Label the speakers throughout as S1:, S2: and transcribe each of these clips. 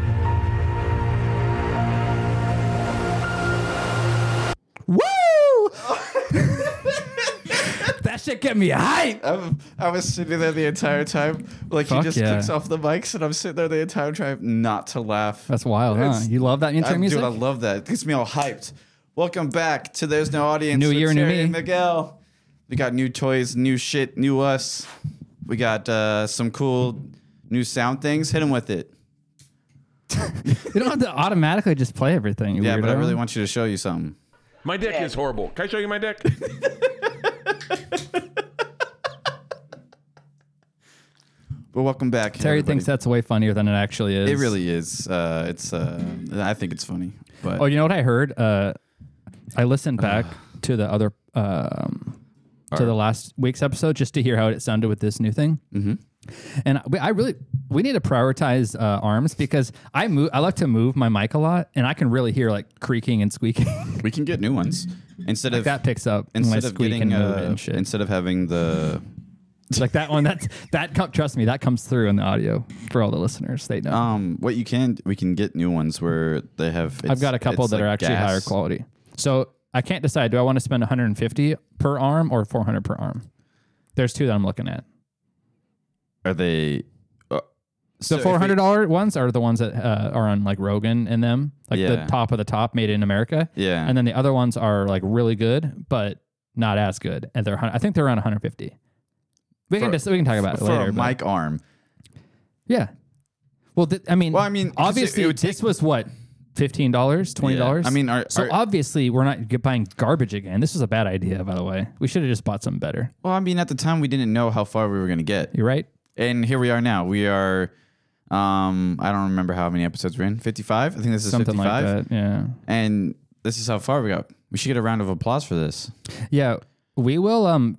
S1: shit get me hype.
S2: I'm, I was sitting there the entire time. Like
S1: Fuck
S2: he just
S1: yeah.
S2: kicks off the mics, and I'm sitting there the entire time not to laugh.
S1: That's wild, huh?
S2: It's-
S1: You love that intro
S2: I,
S1: music?
S2: Dude, I love that. It gets me all hyped. Welcome back to There's No Audience.
S1: New
S2: with
S1: year, new
S2: Terry
S1: me.
S2: and Miguel. We got new toys, new shit, new us. We got uh, some cool new sound things. Hit them with it.
S1: you don't have to automatically just play everything. you
S2: Yeah, but I
S1: weirdo.
S2: really want you to show you something.
S3: My dick is horrible. Can I show you my dick?
S2: But welcome back.
S1: Terry
S2: everybody.
S1: thinks that's way funnier than it actually is.
S2: it really is. Uh, it's. Uh, I think it's funny. But
S1: Oh, you know what I heard? Uh, I listened back to the other um, to the last week's episode just to hear how it sounded with this new thing. Mm-hmm. And I, I really we need to prioritize uh, arms because I move. I like to move my mic a lot, and I can really hear like creaking and squeaking.
S2: we can get new ones instead of
S1: that picks up when I
S2: instead of
S1: squeak
S2: getting
S1: and move
S2: uh,
S1: it and shit.
S2: instead of having the
S1: like that one. That's that. Com- trust me, that comes through in the audio for all the listeners. They know.
S2: um what you can we can get new ones where they have
S1: I've got a couple that are actually higher quality. So I can't decide. Do I want to spend 150 per arm or 400 per arm? There's two that I'm looking at.
S2: Are they uh, so
S1: The
S2: if we-
S1: 400 dollar ones are the ones that uh, are on like Rogan and them, like the
S2: Yeah.
S1: top of the top, made in America.
S2: Yeah.
S1: And then the other ones are like really good, but not as good. And they're hun- I think they're around 150. We can
S2: For-
S1: just, we can talk about it
S2: for
S1: later.
S2: a
S1: but-
S2: mic arm.
S1: Yeah. Well, th- I mean,
S2: Well, I mean, 'cause it- it
S1: obviously,
S2: would
S1: this was what fifteen dollars, twenty dollars.
S2: Yeah. I mean, our-
S1: so
S2: our-
S1: obviously, we're not g- buying garbage again. This was a bad idea, by the way. We should have just bought something better.
S2: Well, I mean, at the time we didn't know how far we were going to get,
S1: You're right.
S2: and here we are now. We are, um, I don't remember how many episodes we're in. Fifty-five, I think this is
S1: Something
S2: fifty-five,
S1: like that. Yeah.
S2: and this is how far we got. We should get a round of applause for this.
S1: Yeah. We will. Um,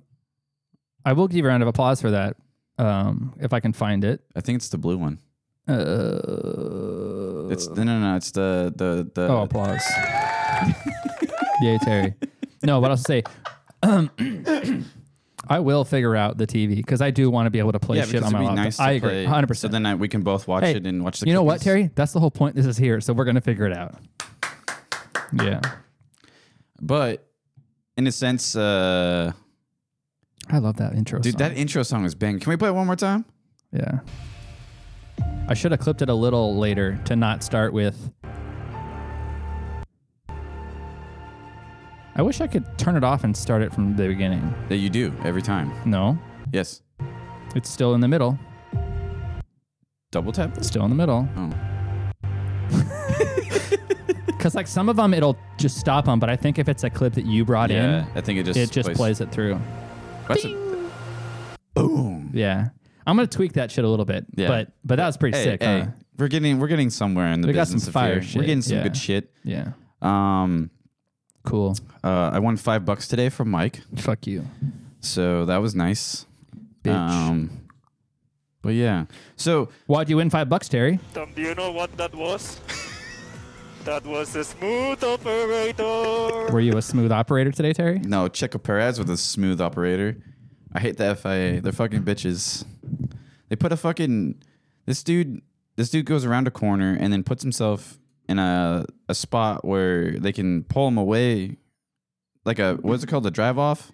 S1: I will give you a round of applause for that. Um, if I can find it.
S2: I think it's the blue one.
S1: Uh,
S2: It's no, no, no. It's the the the.
S1: oh, applause. Yay, Terry. No, what I'll say. Um, I will figure out the TV because I do want to be able to play
S2: yeah,
S1: shit
S2: because
S1: on
S2: it'd
S1: my
S2: be
S1: laptop.
S2: nice to
S1: I agree,
S2: play.
S1: hundred
S2: So
S1: percent.
S2: then I, we can both watch
S1: Hey,
S2: it and watch the.
S1: you know what,
S2: cookies.
S1: Terry? That's the whole point. This is here, so we're gonna figure it out. Yeah,
S2: But in a sense, uh,
S1: I love that intro.
S2: dude,
S1: song.
S2: that intro song is bang. Can we play it one more time?
S1: yeah. I should have clipped it a little later to not start with. I wish I could turn it off and start it from the beginning.
S2: That you do every time.
S1: No,
S2: Yes.
S1: it's still in the middle.
S2: Double tap. this?
S1: Still in the middle.
S2: Oh.
S1: Because like some of them, it'll just stop them. But I think if it's a clip that you brought
S2: Yeah, I think it just
S1: in, it just plays it through.
S2: That's a- boom.
S1: Yeah. I'm gonna tweak that shit a little bit.
S2: Yeah.
S1: But but that was pretty
S2: Hey,
S1: sick.
S2: hey,
S1: huh?
S2: we're getting we're getting somewhere in the
S1: We got
S2: business
S1: some
S2: of
S1: fire
S2: here.
S1: shit,
S2: We're getting some
S1: yeah.
S2: good shit.
S1: Yeah.
S2: Um,
S1: Cool.
S2: uh, I won five bucks today from Mike,
S1: Fuck you,
S2: so that was nice.
S1: bitch.
S2: Um, but yeah, so
S1: Why'd you win five bucks, Terry?
S4: Tom, do you know what that was? that was a smooth operator.
S1: Were you a smooth operator today, Terry?
S2: no, Checo Perez with a smooth operator. I hate the FIA. They're fucking bitches. They put a fucking this dude. This dude goes around a corner and then puts himself in a a spot where they can pull him away, like a what's it called, a drive off,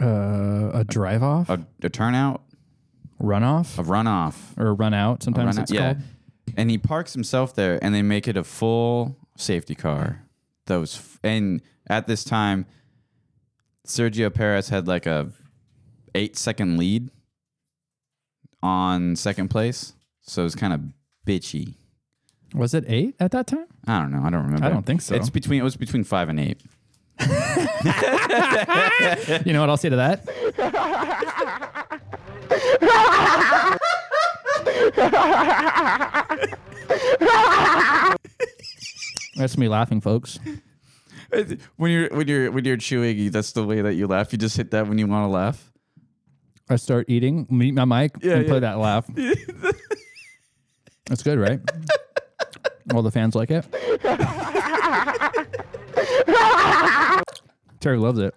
S1: Uh, a drive off,
S2: a, a turnout, a
S1: runoff,
S2: runoff.
S1: or run out. Sometimes
S2: Run out-
S1: it's
S2: yeah.
S1: called.
S2: And he parks himself there, and they make it a full safety car. Those f- and at this time, Sergio Perez had like a eight second lead on second place, so it's kind of bitchy.
S1: Was it eight at that time?
S2: I don't know. I don't remember.
S1: I don't think so.
S2: It's between. It was between five and eight.
S1: You know what I'll say to that? That's me laughing, folks.
S2: When you're when you're when you're chewing, that's the way that you laugh. You just hit that when you want to laugh.
S1: I start eating, meet my mic, and play
S2: yeah.
S1: that laugh. That's good, right? All the fans like it. Terry loves it.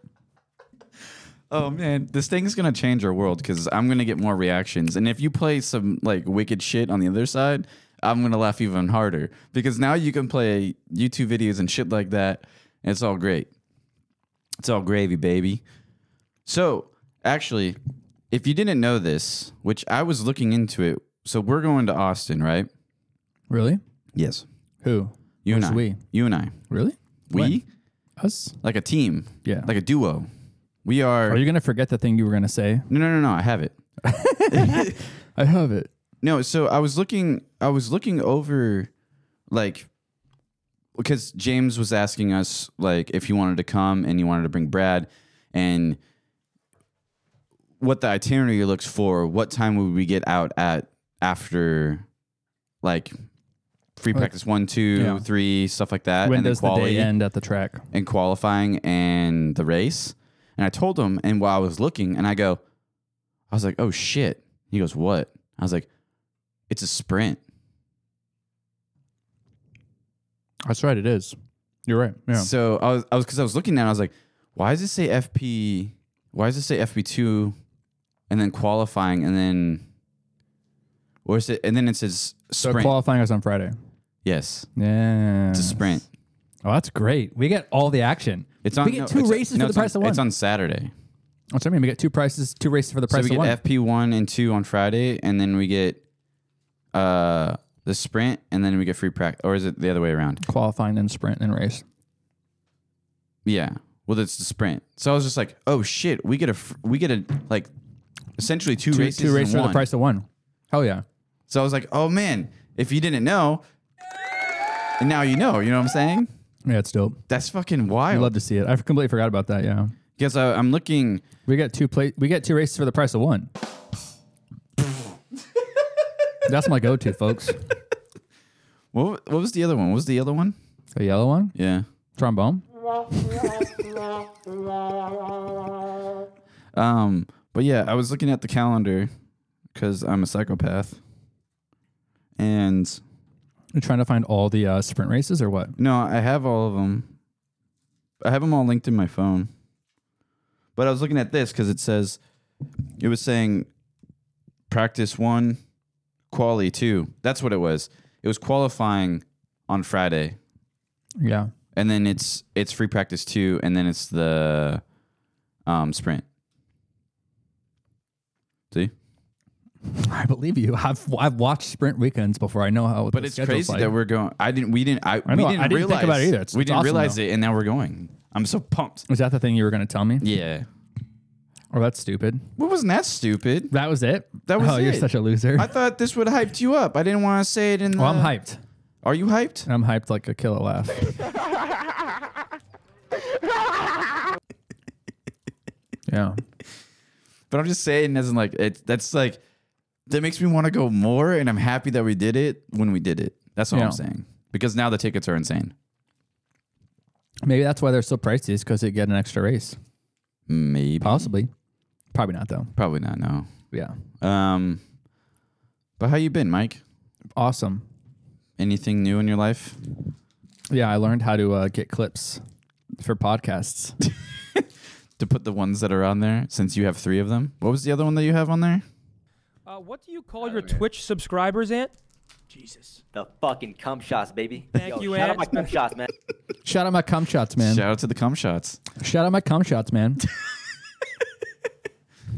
S2: Oh man, this thing's gonna change our world because I'm gonna get more reactions, and if you play some like wicked shit on the other side, I'm gonna laugh even harder because now you can play YouTube videos and shit like that. And it's all great. It's all gravy, baby. So actually, if you didn't know this, which I was looking into it, so we're going to Austin, right?
S1: Really?
S2: Yes.
S1: Who?
S2: You
S1: Who's
S2: and I.
S1: we?
S2: You and I.
S1: Really?
S2: We
S1: When? Us?
S2: like a team.
S1: Yeah.
S2: Like a duo. We are.
S1: Are you gonna forget the thing you were gonna say?
S2: no, no, no, no. I have it.
S1: I have it.
S2: No, so I was looking I was looking over like because James was asking us like if he wanted to come and he wanted to bring Brad and what the itinerary looks for, what time would we get out at after like free practice one, two, three,
S1: Yeah.
S2: stuff like that.
S1: When
S2: and then
S1: does the
S2: quality
S1: day end at the track?
S2: and qualifying and the race. And I told him, and while I was looking, and I go, I was like, oh shit. He goes, what? I was like, it's a sprint.
S1: That's right. It is. You're right. Yeah.
S2: So I was, I was, because I was looking at, it, I was like, why does it say FP? Why does it say FP two, and then qualifying, and then, or is it? And then it says
S1: So
S2: sprint.
S1: qualifying us on Friday.
S2: yes,
S1: Yeah.
S2: it's a sprint.
S1: Oh, that's great. We get all the action.
S2: It's on.
S1: We get
S2: no,
S1: two
S2: it's-
S1: races for
S2: no,
S1: the
S2: it's on-
S1: price of one.
S2: It's on Saturday.
S1: What's I mean? We get two prices, two races for the
S2: So
S1: price
S2: we
S1: of one.
S2: get FP one and two on Friday, and then we get uh the sprint, and then we get free practice, or is it the other way around?
S1: qualifying, then sprint, then race.
S2: Yeah. Well, it's the sprint. So I was just like, oh shit, we get a fr- we get a like essentially two,
S1: Two,
S2: races,
S1: two races
S2: in
S1: for
S2: one.
S1: the price of one. Hell yeah.
S2: So I was like, oh man, if you didn't know, and now you know. You know what I'm saying?
S1: Yeah, it's dope.
S2: That's fucking
S1: I
S2: wild.
S1: love to see it. I completely forgot about that. Yeah.
S2: Because I, I'm looking.
S1: We got two play. We got two races for the price of one. That's my go-to, folks.
S2: What wa- what was the other one? What was the other one?
S1: The yellow one,
S2: Yeah.
S1: trombone.
S2: Um, but yeah, I was looking at the calendar because I'm a psychopath. And
S1: You're trying to find all the uh, sprint races or what?
S2: no, I have all of them. I have them all linked in my phone. But I was looking at this because it says, it was saying practice one, quali two. That's what it was. It was qualifying on Friday.
S1: Yeah.
S2: And then it's it's free practice two, and then it's the um, sprint. See?
S1: I believe you. I've I've watched sprint weekends before. I know how. what
S2: But
S1: the
S2: it's
S1: schedule's
S2: crazy
S1: like.
S2: that we're going. I didn't. We didn't. I,
S1: know,
S2: we
S1: I
S2: didn't,
S1: didn't think
S2: realize
S1: about it either. It's-
S2: we
S1: it's
S2: didn't
S1: awesome,
S2: realize
S1: though.
S2: it, and now we're going. I'm so pumped.
S1: Was that the thing you were going to tell me?
S2: Yeah.
S1: Oh, that's stupid.
S2: What wasn't that stupid?
S1: That was it.
S2: That was
S1: Oh, you're
S2: it.
S1: such a loser.
S2: I thought this would hyped you up. I didn't want to say it in. The,
S1: well, I'm hyped.
S2: Are you hyped?
S1: I'm hyped like a killer laugh. yeah.
S2: But I'm just saying, as in like it. That's like that makes me want to go more, and I'm happy that we did it when we did it. That's what
S1: Yeah.
S2: I'm saying. Because now the tickets are insane.
S1: Maybe that's why they're so pricey is because they get an extra race.
S2: Maybe
S1: Possibly. Probably not though.
S2: probably not. No.
S1: Yeah.
S2: Um. But how you been, Mike?
S1: Awesome.
S2: Anything new in your life?
S1: Yeah, I learned how to uh, get clips for podcasts.
S2: to put the ones that are on there since you have three of them. What was the other one that you have on there?
S5: Uh, what do you call your Twitch subscribers, Ant?
S6: Jesus. The fucking cum shots, baby.
S5: Thank you,
S6: shout out
S5: Ed.
S6: my cum shots, man.
S1: Shout out my cum shots, man.
S2: Shout out to the cum shots.
S1: Shout out my cum shots, man.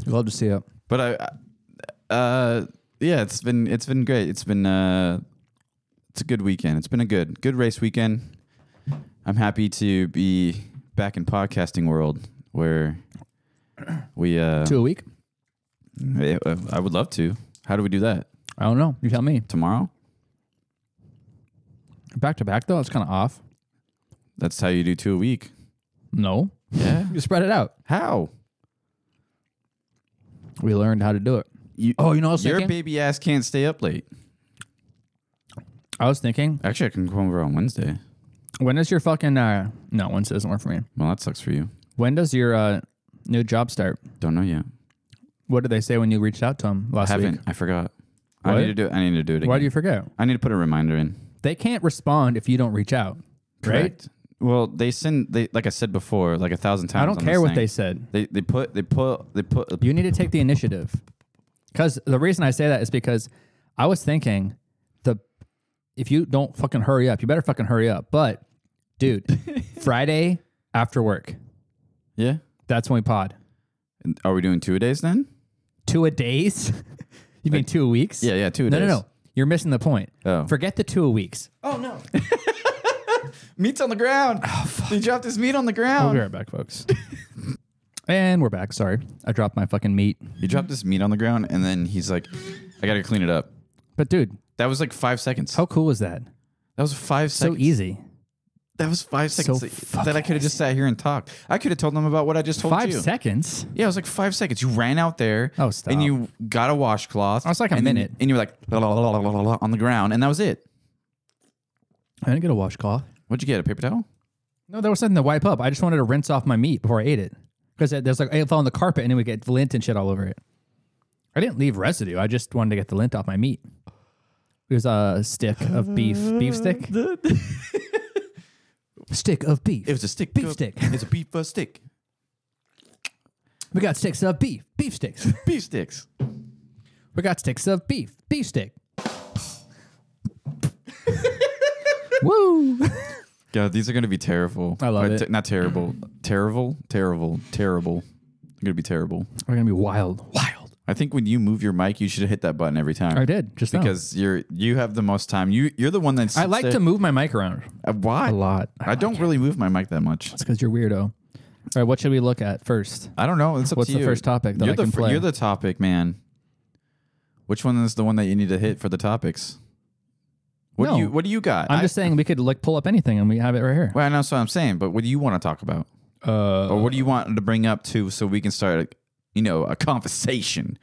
S1: Love to see it.
S2: But I, I- uh, yeah, it's been it's been great. It's been uh, it's a good weekend. It's been a good good race weekend. I'm happy to be back in podcasting world where we uh,
S1: Two a week?
S2: I I would love to. How do we do that
S1: I don't know. You tell me.
S2: tomorrow?
S1: Back to back though, that's kind of off.
S2: That's how you do two a week.
S1: No.
S2: Yeah.
S1: You spread it out.
S2: How?
S1: We learned how to do it.
S2: You,
S1: Oh, you know what I was
S2: your
S1: thinking?
S2: baby ass can't stay up late.
S1: I was thinking,
S2: Actually, I can come over on Wednesday.
S1: when does your fucking uh no, Wednesday doesn't work for me.
S2: Well, that sucks for you.
S1: When does your uh new job start?
S2: Don't know yet.
S1: What did they say when you reached out to them last
S2: Haven't.
S1: week?
S2: I forgot.
S1: What?
S2: I need to do. it. I need to do it. Again.
S1: Why do you forget?
S2: I need to put a reminder in.
S1: They can't respond if you don't reach out. Right?
S2: Correct. Well, they send. They like I said before, like a thousand times.
S1: I don't
S2: on
S1: care
S2: this
S1: what
S2: thing.
S1: they said.
S2: They they put they put they put.
S1: You need to take the initiative. Because the reason I say that is because I was thinking the if you don't fucking hurry up, you better fucking hurry up. But dude, Friday after work,
S2: yeah.
S1: that's when we pod.
S2: Are we doing two a days then?
S1: Two a days? you mean two weeks?
S2: Yeah, yeah, two a
S1: No,
S2: days.
S1: no, no. You're missing the point.
S2: Oh.
S1: Forget the two a weeks.
S2: Meat's on the ground.
S1: Oh,
S2: He dropped his meat on the
S1: We'll be
S2: ground.
S1: right back, folks. Um, and we're back. Sorry, I dropped my fucking meat.
S2: He dropped his meat on the ground, and then he's like, "I gotta clean it up."
S1: But dude,
S2: That was like five seconds.
S1: how cool is that?
S2: That was five
S1: Oh. So
S2: seconds.
S1: easy.
S2: That was five seconds. that,
S1: fucking
S2: I could have just sat here and talked. I could have told them about what I just told
S1: Five
S2: you.
S1: seconds.
S2: Yeah, it was like five seconds. You ran out there.
S1: Oh, stop.
S2: And you got a washcloth.
S1: Oh, it's like a
S2: and then-
S1: minute.
S2: and you were like la, la, la, la, la, la, la, on the ground, and that was it.
S1: I didn't get a washcloth.
S2: What'd you get? A paper towel?
S1: No, there was something to wipe up. I just wanted to rinse off my meat before I ate it because there's like it fell on the carpet and it would get lint and shit all over it. I didn't leave residue. I just wanted to get the lint off my meat. It was a stick of beef, beef stick, stick of beef.
S2: It was a stick.
S1: Beef
S2: of-
S1: stick.
S2: It's a beef uh, stick.
S1: we got sticks of beef, beef sticks.
S2: Beef sticks.
S1: We got sticks of beef, beef stick. Woo!
S2: God, these are gonna be terrible.
S1: I love
S2: Uh,
S1: it.
S2: not terrible. terrible. Terrible. Terrible. They're gonna be terrible.
S1: We're gonna be wild, wild.
S2: I think when you move your mic, you should hit that button every time.
S1: I did just now.
S2: because you're you have the most time. You you're the one that's.
S1: I like to move my mic around
S2: Uh, why?
S1: a lot.
S2: I don't really move my mic that much.
S1: It's because you're weirdo. All right, what should we look at first?
S2: I don't know. It's up
S1: What's
S2: to
S1: the
S2: you.
S1: first topic that
S2: you're
S1: I
S2: the
S1: can
S2: fir-
S1: play?
S2: You're the topic, man. Which one is the one that you need to hit for the topics? What
S1: No.
S2: do you What do you got?
S1: I'm
S2: I-
S1: just saying we could like pull up anything and we have it right here.
S2: Well, I know that's what I'm saying, but what do you want to talk about,
S1: Uh,
S2: or what do you want to bring up to, so we can start, like, you know, a conversation,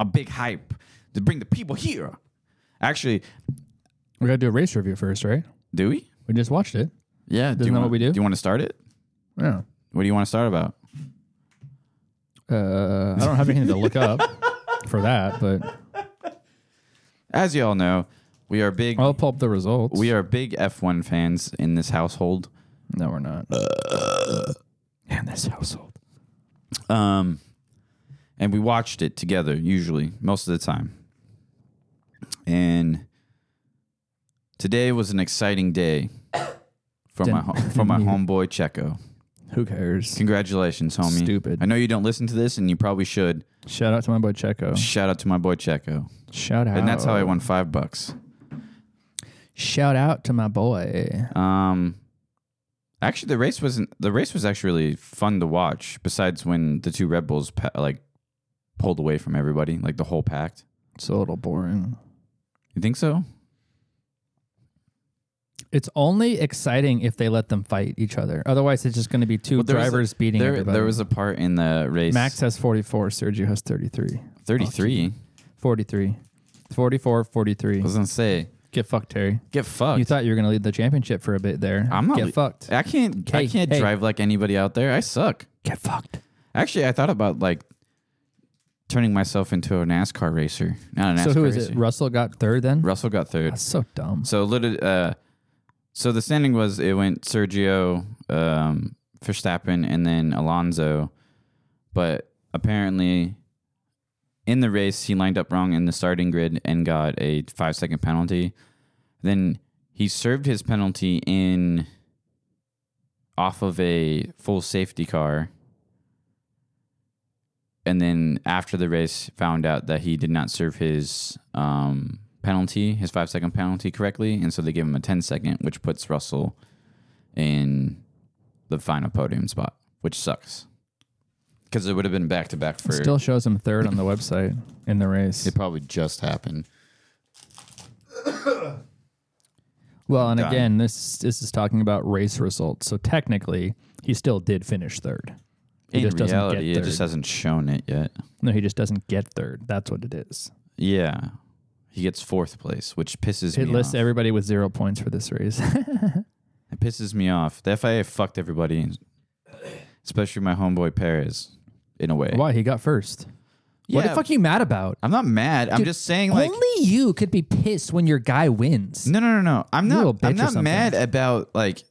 S2: a big hype to bring the people here. Actually,
S1: we gotta do a race review first, right?
S2: do we?
S1: We just watched it.
S2: Yeah.
S1: Isn't
S2: do you
S1: that
S2: wanna,
S1: what we do?
S2: Do you want to start it?
S1: Yeah.
S2: What do you want to start about?
S1: Uh, I don't have anything to look up for that, but
S2: As you all know, we are big
S1: I'll pull up the results.
S2: we are big F1 fans in this household.
S1: no, we're not.
S2: Uh.
S1: In this household.
S2: Um, and we watched it together usually most of the time. And today was an exciting day for my
S1: Didn't-
S2: ho- for my
S1: didn't
S2: homeboy Checo.
S1: Who cares?
S2: Congratulations, homie.
S1: Stupid.
S2: I know you don't listen to this, and you probably should.
S1: Shout out to my boy Checo.
S2: Shout out to my boy Checo,
S1: Shout out.
S2: and that's how I won five bucks.
S1: Shout out to my boy.
S2: Um, actually, the race wasn't. The race was actually really fun to watch. Besides when the two Red Bulls pa- like pulled away from everybody, like the whole pact.
S1: It's a little boring.
S2: You think so?
S1: It's only exciting if they let them fight each other. Otherwise, it's just going to be two
S2: Well, there was a-
S1: drivers beating
S2: There,
S1: everybody.
S2: there was a part in the race.
S1: Max has 44, Sergio has 33.
S2: 33.
S1: 43. 44, 43.
S2: I was gonna say,
S1: Get fucked, Terry.
S2: get fucked.
S1: You thought you were going to lead the championship for a bit there.
S2: I'm not
S1: Get
S2: le- Eh,
S1: fucked.
S2: I can't. I
S1: Hey,
S2: can't
S1: hey.
S2: drive like anybody out there. I suck.
S1: Get fucked.
S2: Actually, I thought about like turning myself into a NASCAR racer. Not a NASCAR
S1: So who is
S2: racer.
S1: it? Russell got third then?
S2: Russell got third.
S1: That's so dumb.
S2: So literally, uh, so the standing was it went Sergio, um, Verstappen, and then Alonso, but apparently, in the race he lined up wrong in the starting grid and got a five second penalty. Then he served his penalty in off of a full safety car. And then after the race, found out that he did not serve his um, penalty, his five second penalty correctly. And so they gave him a 10 second, which puts Russell in the final podium spot, which sucks. Because it would have been back to back for.
S1: Still shows him third on the website in the race.
S2: it probably just happened.
S1: Well, and
S2: Done.
S1: again, this this is talking about race results. So technically, he still did finish third. He
S2: in
S1: just doesn't
S2: reality,
S1: get
S2: it just
S1: third.
S2: hasn't shown it yet.
S1: No, he just doesn't get third. That's what it is.
S2: Yeah. He gets fourth place, which pisses
S1: It
S2: me
S1: lists
S2: off.
S1: everybody with zero points for this race.
S2: Eh. It pisses me off. The FIA fucked everybody, especially my homeboy Perez, in a way.
S1: Why he got first? What the
S2: Yeah.
S1: fuck are you mad about?
S2: I'm not mad. I'm just saying, like,
S1: Only you could be pissed when your guy wins.
S2: no, no, no, no. I'm
S1: Little
S2: not.
S1: bitch or
S2: I'm not
S1: something.
S2: mad about like.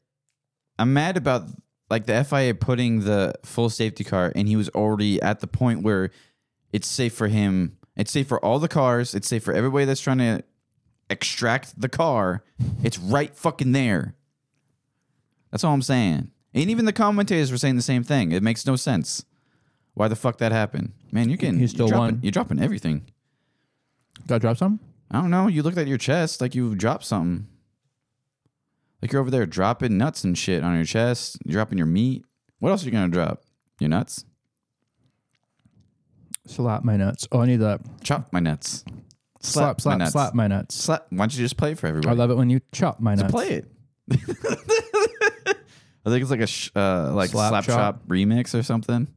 S2: I'm mad about like the FIA putting the full safety car, and he was already at the point where it's safe for him. It's safe for all the cars. It's safe for everybody that's trying to extract the car. It's right fucking there. That's all I'm saying. And even the commentators were saying the same thing. It makes no sense. Why the fuck that happened? Man, you're getting
S1: He
S2: you're
S1: still
S2: dropping,
S1: won.
S2: You're dropping everything.
S1: Did I drop some?
S2: I don't know. You looked at your chest like you dropped something. Like you're over there dropping nuts and shit on your chest, dropping your meat. What else are you gonna drop? Your nuts?
S1: Slap my nuts. Oh, I need that.
S2: Chop my nuts.
S1: Slap,
S2: my
S1: slap,
S2: nuts.
S1: slap my nuts.
S2: Slap. Why don't you just play it for everybody?
S1: I love it when you chop my nuts.
S2: play it. I think it's like a sh- uh, like slap,
S1: Slap
S2: chop.
S1: chop.
S2: remix or something.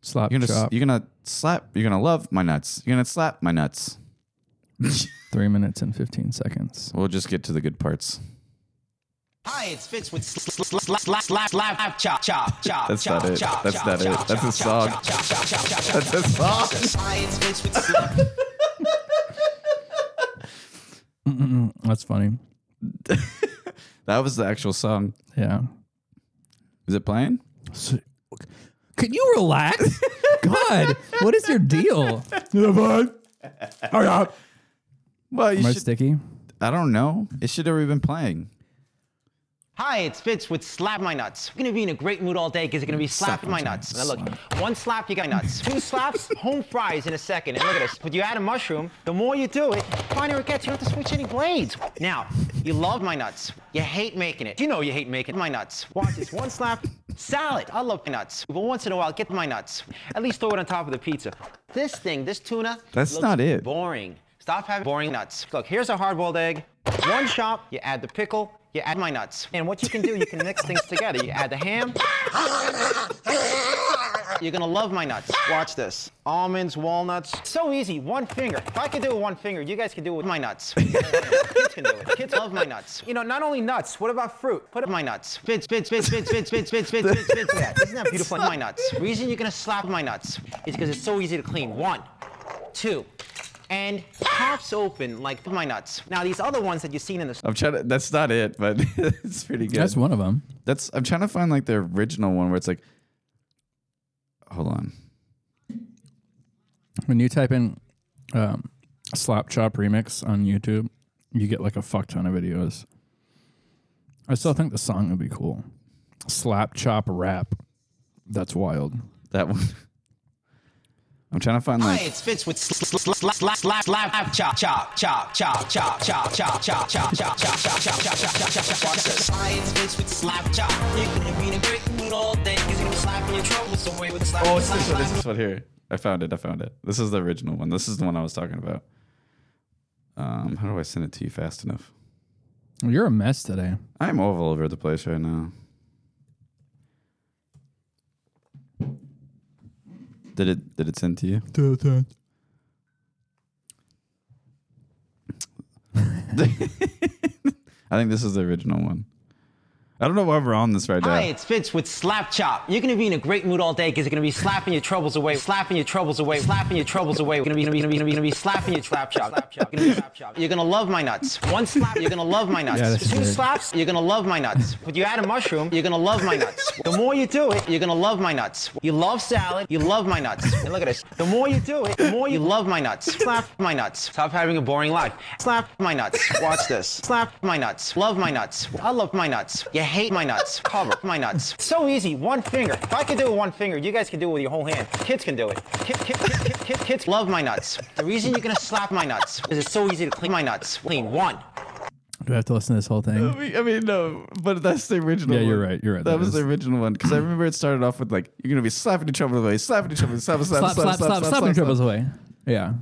S1: Slap,
S2: You're gonna
S1: chop.
S2: you're gonna slap. You're gonna love my nuts. You're gonna slap my nuts.
S1: Three minutes and 15 seconds.
S2: We'll just get to the good parts.
S7: Hi, it's Fitz with slap, slap, slap, slap, chop, chop, chop.
S2: That's
S7: chop,
S2: not it.
S7: chop,
S2: That's
S7: chop,
S2: not it.
S7: chop,
S2: That's a
S7: chop,
S2: song.
S7: chop, chop, chop, chop, chop, chop.
S2: That's a song.
S7: Hi, it's Fitz with slap.
S1: That's funny.
S2: That was the actual song.
S1: Yeah.
S2: Is it playing?
S1: Can you relax? God, what is your deal? Oh,
S2: Well, you
S1: Am I
S2: should,
S1: sticky?
S2: I don't know. It should have already been playing.
S7: Hi, it's Fitz with Slap My Nuts. We're gonna be in a great mood all day because it's gonna be Slap,
S2: Slap
S7: My
S2: my
S7: Nuts. Now look, one slap, you got nuts. Two slaps, home fries in a second. And look at this, but you add a mushroom, the more you do it, the finer it gets. You don't have to switch any blades. Now, you love my nuts. You hate making it. You know you hate making my nuts. Watch this, one slap, salad. I love my nuts. But once in a while, get my nuts. At least throw it on top of the pizza. This thing, this tuna,
S2: That's
S7: looks
S2: not it.
S7: Boring. Stop having boring nuts. Look, here's a hard-boiled egg. One chop, you add the pickle, you add my nuts. And what you can do, you can mix things together. You add the ham. You're gonna love my nuts. Watch this. Almonds, walnuts. So easy. One finger. If I could do it with one finger, you guys can do it with my nuts. Kids can do it. Kids love my nuts. You know, not only nuts. What about fruit? Put up my nuts. Fits, fits, fits, fits, fits, fits, fits, fits, fits, fits. Yeah, isn't that beautiful? My nuts. Reason you're gonna slap my nuts is because it's so easy to clean. One, two, and pops open like my nuts. Now these other ones that you've seen in the
S2: I'm trying to. That's not it, but it's pretty good.
S1: That's one of them.
S2: That's. I'm trying to find like the original one where it's like. Hold on.
S1: When you type in um, slap chop remix on YouTube, you get like a fuck ton of videos. I still think the song would be cool. Slap chop rap. That's wild.
S2: That one. I'm trying to find like.
S7: It's Fitz with slap, slap, slap, slap, chop, chop, chop, chop, chop, chop, chop, chop, chop, chop, chop, chop, chop, chop, chop, chop, chop, chop, chop. Science Fitz with slap, chop. You're gonna be in a great mood all day. You're gonna be slapping your troubles away with slap.
S2: Oh, it's this one. It's this one here. I found it. I found it. This is the original one. This is the one I was talking about. Um, how do I send it to you fast enough?
S1: You're a mess today.
S2: I'm all over the place right now. Did it? Did it send to you? I think this is the original one. I don't know why we're on this right
S7: Hi,
S2: now.
S7: it's Fitz with Slap Chop. You're gonna be in a great mood all day because you're gonna be slapping your troubles away, slapping your troubles away, slapping your troubles away. You're gonna be, gonna be, gonna be, gonna be, gonna be slapping your slap chop, slap chop, gonna be slap chop. You're gonna love my nuts. One slap, you're gonna love my nuts.
S1: Yeah, that's
S7: Two
S1: good.
S7: slaps, you're gonna love my nuts. But you add a mushroom, you're gonna love my nuts. The more you do it, you're gonna love my nuts. You love salad, you love my nuts. And look at this. The more you do it, the more you love my nuts. Slap my nuts. Stop having a boring life. Slap my nuts. Watch this. Slap my nuts. Love my nuts. I love my nuts. You hate my nuts. Cover my nuts. So easy. One finger. If I could do it with one finger, you guys can do it with your whole hand. Kids can do it. Kid, kid, kid, kid, kid, kids love my nuts. The reason you're gonna slap my nuts is it's so easy to clean my nuts. Clean one.
S1: Do I have to listen to this whole thing?
S2: I mean, no, but that's the original.
S1: Yeah, you're
S2: one.
S1: right, you're right,
S2: That,
S1: that
S2: was
S1: is.
S2: the original one because I remember it started off with like you're gonna be slapping each other away, slapping each other, slapping, slapping,
S1: Slap, slap, slap, slap your troubles away. Yeah.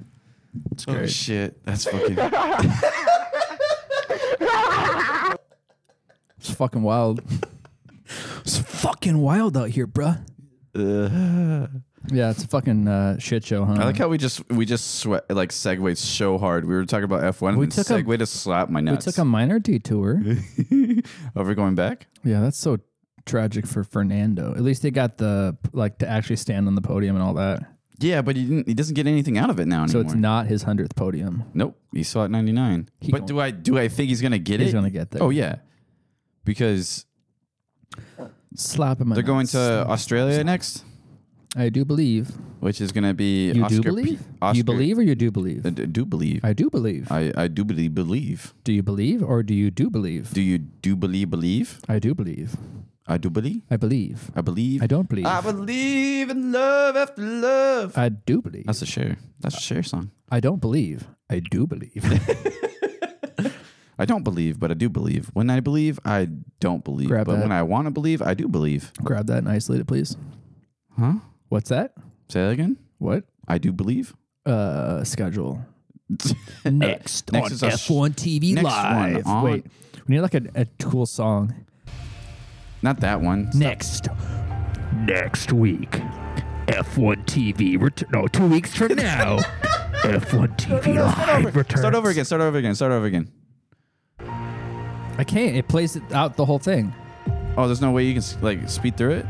S2: Oh shit, that's fucking.
S1: It's fucking wild. it's fucking wild out here, bruh. Yeah, it's a fucking uh, shit show, huh?
S2: I like how we just we just sweat like segued so hard. We were talking about F one.
S1: We
S2: We took
S1: took a-
S2: segue to slap my
S1: we
S2: nuts.
S1: took a minor detour.
S2: Over going back.
S1: yeah, that's so tragic for Fernando. At least they got the like to actually stand on the podium and all that.
S2: Yeah, but he didn't. He doesn't get anything out of it now
S1: So
S2: anymore.
S1: it's not his hundredth podium.
S2: Nope. He saw it ninety nine.
S1: He
S2: But
S1: gon-
S2: do I do I think he's gonna get it?
S1: He's gonna get there.
S2: Oh yeah, because
S1: Slap him.
S2: they're going to Australia next,
S1: I do believe.
S2: which is gonna be
S1: You
S2: Oscar
S1: do
S2: P-
S1: believe.
S2: Oscar-
S1: You believe or you do believe.
S2: I d- do believe.
S1: I do believe.
S2: I I do believe believe.
S1: do you believe or do you do believe?
S2: Do you do believe believe?
S1: I do believe.
S2: I do believe.
S1: I believe.
S2: I believe.
S1: I don't believe.
S2: I believe in love after love.
S1: I do believe.
S2: That's a share. That's a share song.
S1: I don't believe. I do believe.
S2: I don't believe, but I do believe. When I believe, I don't believe.
S1: Grab
S2: but
S1: that.
S2: when I want to believe, I do believe.
S1: Grab that and isolate it, please.
S2: Huh?
S1: What's that?
S2: Say that again.
S1: What?
S2: I do believe.
S1: Uh, schedule. Uh, next,
S2: Next is
S1: on
S2: a sh-
S1: F1 TV
S2: next one
S1: Live.
S2: on-
S1: Wait, we need like a, a cool song.
S2: Not that one.
S1: Next, next week, F1 TV. Ret- no, two weeks from now, F1 TV Live returns.
S2: Start over again. Start over again. Start over again.
S1: I can't. It plays it out the whole thing.
S2: Oh, there's no way you can s- like speed through it.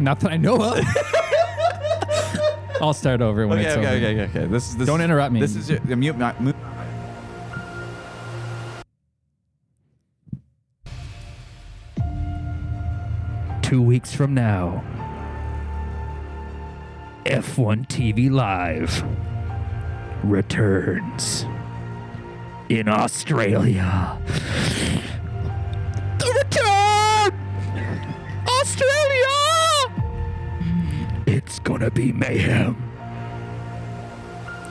S1: Not that I know of. I'll start over when
S2: Okay,
S1: it's
S2: okay,
S1: over.
S2: okay, okay, okay. This, this
S1: Don't interrupt me.
S2: This is your, mute. My, mute.
S1: Two weeks from now, F1 TV Live returns in Australia. The return! Australia! It's gonna be mayhem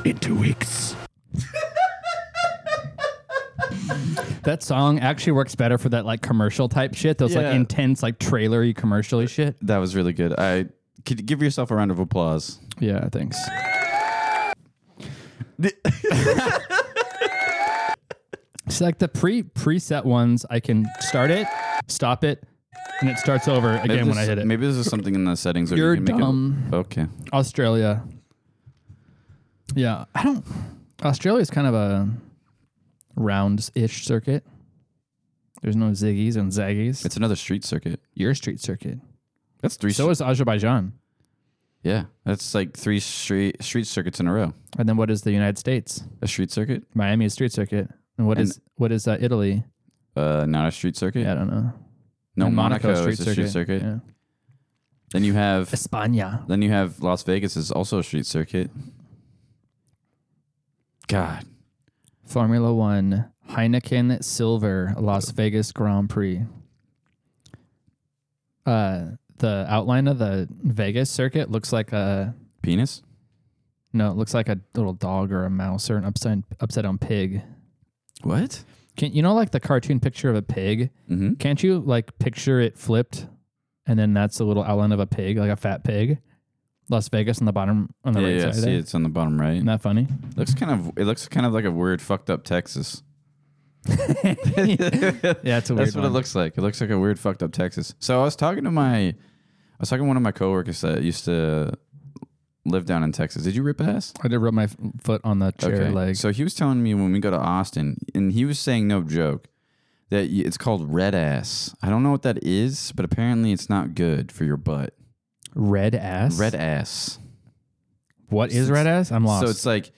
S1: in two weeks. That song actually works better for that like commercial type shit. Those
S2: Yeah.
S1: like intense like trailery commercially shit.
S2: That was really good. I could you give yourself a round of applause.
S1: Yeah, thanks. It's like the pre preset ones. I can start it, stop it, and it starts over again when I
S2: this-
S1: hit it.
S2: Maybe this is something in the settings. Where
S1: You're
S2: you can make
S1: dumb.
S2: It, okay.
S1: Australia. Yeah, I don't. Australia's kind of a rounds ish circuit. There's no ziggies and zaggies.
S2: It's another street circuit.
S1: your street circuit.
S2: That's three.
S1: So
S2: str-
S1: is Azerbaijan.
S2: yeah, that's like three street street circuits in a row.
S1: And then what is the United States?
S2: A street circuit,
S1: Miami is street circuit. And what
S2: And-
S1: is what is uh, Italy?
S2: uh, not a street circuit.
S1: Yeah, I don't know.
S2: No,
S1: And
S2: Monaco, is a street circuit.
S1: Yeah.
S2: Then you have
S1: España.
S2: then you have Las Vegas is also a street circuit. God,
S1: Formula One, Heineken Silver, Las Vegas Grand Prix. Uh, the outline of the Vegas circuit looks like a
S2: penis.
S1: no, it looks like a little dog or a mouse or an upside upside down pig.
S2: What?
S1: Can you know like the cartoon picture of a pig?
S2: Mm-hmm.
S1: Can't you like picture it flipped, and then that's the little outline of a pig, like a fat pig? Las Vegas on the bottom on the
S2: Yeah,
S1: right
S2: yeah. I
S1: side.
S2: See,
S1: there.
S2: it's on the bottom right.
S1: Isn't that funny?
S2: Looks kind of. It looks kind of like a weird fucked up Texas.
S1: Yeah, it's a weird.
S2: That's what it
S1: one.
S2: looks like. It looks like a weird fucked up Texas. So I was talking to my, I was talking to one of my coworkers that used to live down in Texas. Did you rip ass?
S1: I did rub my f- foot on the chair leg.
S2: So he was telling me when we go to Austin, and he was saying no joke that y- it's called red ass. I don't know what that is, but apparently it's not good for your butt.
S1: red ass.
S2: Red ass.
S1: What is red ass? I'm lost.
S2: So it's like,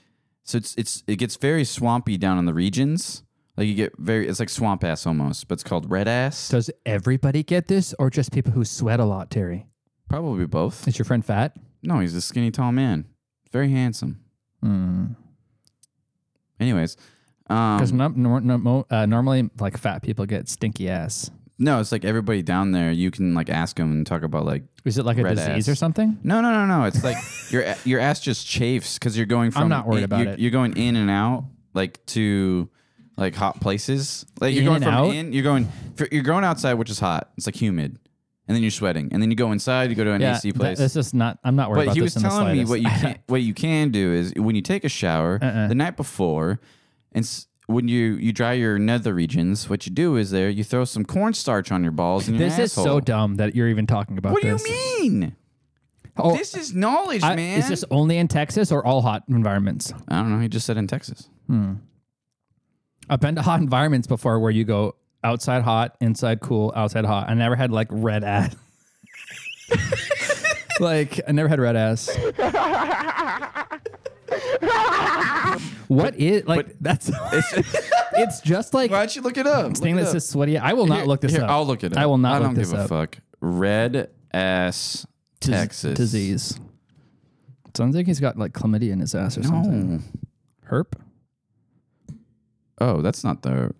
S2: so it's it's it gets very swampy down in the regions. Like you get very, it's like swamp ass almost, but it's called red ass.
S1: does everybody get this, or just people who sweat a lot, Terry?
S2: Probably both.
S1: Is your friend fat?
S2: No, he's a skinny, tall man. Very handsome.
S1: Hmm.
S2: Anyways,
S1: Because
S2: um,
S1: nor- nor- mo- uh, normally, like fat people get stinky ass.
S2: no, it's like everybody down there. You can like ask him and talk about like.
S1: Is it like a
S2: Red
S1: disease
S2: ass.
S1: or something?
S2: No, no, no, no. It's like your a- your ass just chafes because you're going from.
S1: not worried about
S2: you're,
S1: it.
S2: You're going in and out like to like hot places. Like you're
S1: In
S2: going
S1: and
S2: from
S1: out?
S2: in. You're going. for- You're going outside, which is hot. It's like humid, and then you're sweating, and then you go inside. You go to an AC
S1: th-
S2: place.
S1: this is not. I'm not worried
S2: but
S1: about
S2: he was
S1: this. in the
S2: telling me
S1: slightest. Uh-uh.
S2: what you can what you can do is when you take a shower the night before and s- when you you dry your nether regions what you do is there you throw some cornstarch on your balls and your
S1: This is so
S2: asshole.
S1: dumb that you're even talking about
S2: what do you
S1: this.
S2: mean
S1: Oh,
S2: this is knowledge
S1: I-
S2: man
S1: Is this only in Texas or all hot environments?
S2: i don't know he just said in texas
S1: I've been to hot environments before where you go outside hot, inside cool, outside hot. I never had like red ass. like I never had red ass. What is like that's it's, just like
S2: why'd you look it up
S1: thing that says sweaty. I will not look this
S2: Here,
S1: up.
S2: i'll look it up
S1: I will not
S2: i don't
S1: look this
S2: give
S1: up.
S2: a fuck red ass
S1: Dis-
S2: texas
S1: disease. Sounds like he's got like chlamydia in his ass or something.
S2: no
S1: Herp.
S2: Oh, that's not the.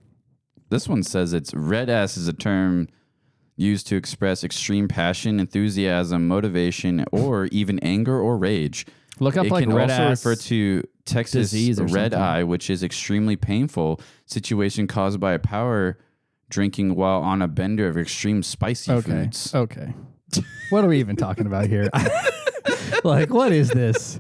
S2: This one says it's red ass is a term used to express extreme passion, enthusiasm, motivation, or even anger or rage.
S1: Look up,
S2: it
S1: like,
S2: can
S1: red
S2: also
S1: ass
S2: refer to Texas
S1: disease or
S2: red
S1: something.
S2: eye, which is extremely painful situation caused by a power drinking while on a bender of extreme spicy
S1: Okay.
S2: foods.
S1: Okay. What are we even talking about here? like, what is this?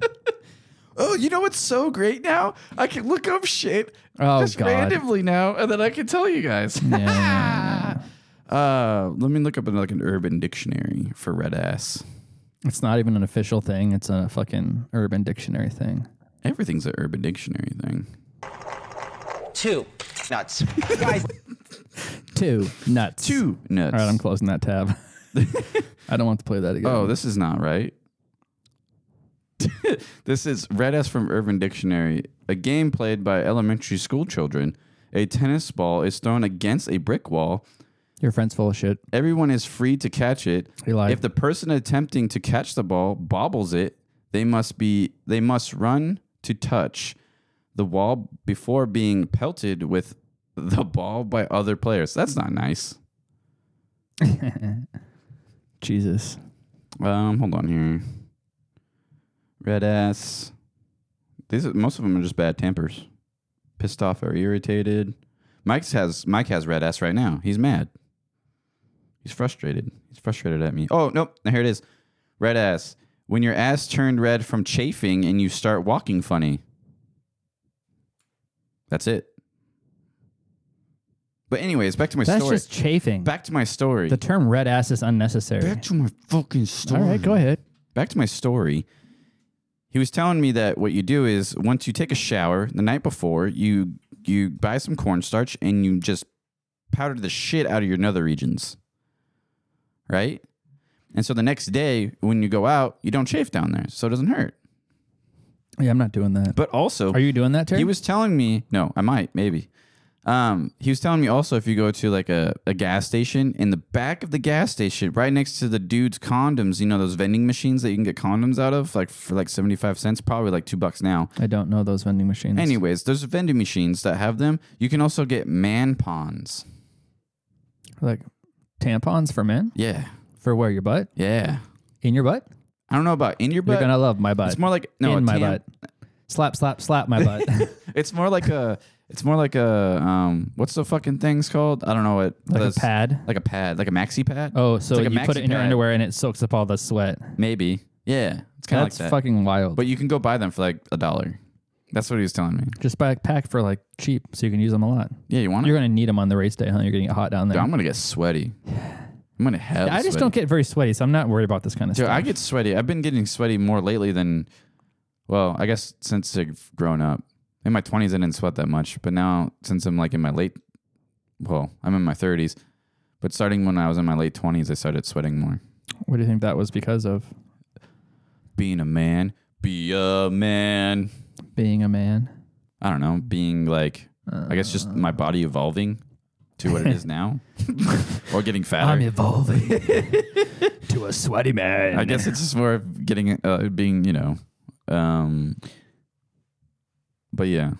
S2: Oh, you know what's so great now? I can look up shit
S1: Oh, God.
S2: now, and then I can tell you guys. uh, let me look up like an urban dictionary for red ass.
S1: It's not even an official thing. It's a fucking Urban Dictionary thing.
S2: Everything's an urban dictionary thing.
S7: Two nuts.
S1: Two nuts.
S2: Two nuts.
S1: All right, I'm closing that tab. I don't want to play that again.
S2: oh, this is not right. this is Red S from Urban Dictionary, a game played by elementary school children. A tennis ball is thrown against a brick wall.
S1: your friend's full of shit.
S2: Everyone is free to catch it.
S1: He lied.
S2: If the person attempting to catch the ball bobbles it, they must be they must run to touch the wall before being pelted with the ball by other players. That's not nice.
S1: Jesus.
S2: Um, hold on here. Red ass. These are, most of them are just bad tempers, pissed off or irritated. Mike's has Mike has red ass right now. He's mad. He's frustrated. He's frustrated at me. Oh nope. Now here it is. Red ass. When your ass turned red from chafing and you start walking funny. That's it. But anyways, back to my
S1: That's
S2: story.
S1: just chafing.
S2: back to my story.
S1: the term red ass is unnecessary.
S2: back to my fucking story
S1: All right, go ahead.
S2: back to my story. He was telling me that what you do is once you take a shower the night before, you you buy some cornstarch and you just powder the shit out of your nether regions. Right? And so the next day when you go out, you don't chafe down there, so it doesn't hurt.
S1: Yeah, I'm not doing that.
S2: But also
S1: Are you doing that, Terry?
S2: he was telling me no, I might, maybe. Um, he was telling me also if you go to like a, a gas station, in the back of the gas station, right next to the dude's condoms, you know, those vending machines that you can get condoms out of, like for like 75 cents, probably like two bucks now.
S1: I don't know those vending machines.
S2: Anyways, there's vending machines that have them. You can also get man pons.
S1: Like tampons for men?
S2: Yeah.
S1: For where? Your butt?
S2: Yeah.
S1: In your butt?
S2: I don't know about in your butt.
S1: You're gonna love my butt.
S2: it's more like no a
S1: in my
S2: tam-
S1: butt. Slap, slap, slap my butt.
S2: It's more like a it's more like a um what's the fucking things called? I don't know what
S1: like
S2: those-
S1: a pad.
S2: Like a pad, like a maxi pad.
S1: Oh, so
S2: It's like a
S1: you put it in your
S2: maxi-pad.
S1: underwear and it soaks up all the sweat.
S2: Maybe. Yeah. It's kind of like
S1: That's
S2: that.
S1: fucking wild.
S2: But you can go buy them for like a dollar. That's what he was telling me.
S1: just buy a pack for like cheap, so you can use them a lot.
S2: Yeah, you want
S1: You're
S2: to?
S1: gonna need them on the race day, huh? You're getting hot down there.
S2: I'm gonna get sweaty. I'm gonna have.
S1: I just don't get very sweaty, so I'm not worried about this kind of
S2: Dude,
S1: stuff.
S2: I get sweaty. I've been getting sweaty more lately than, well, I guess since I've grown up. In my 20s, I didn't sweat that much, but now since I'm like in my late, well, I'm in my 30s, but starting when I was in my late 20s, I started sweating more.
S1: what do you think that was because of?
S2: Being a man, be a man.
S1: Being a man.
S2: I don't know, being like, I guess just my body evolving to what it is now, or getting fatter.
S1: Uh, evolving to a sweaty man.
S2: I guess it's just more of getting uh, being, you know, um but yeah,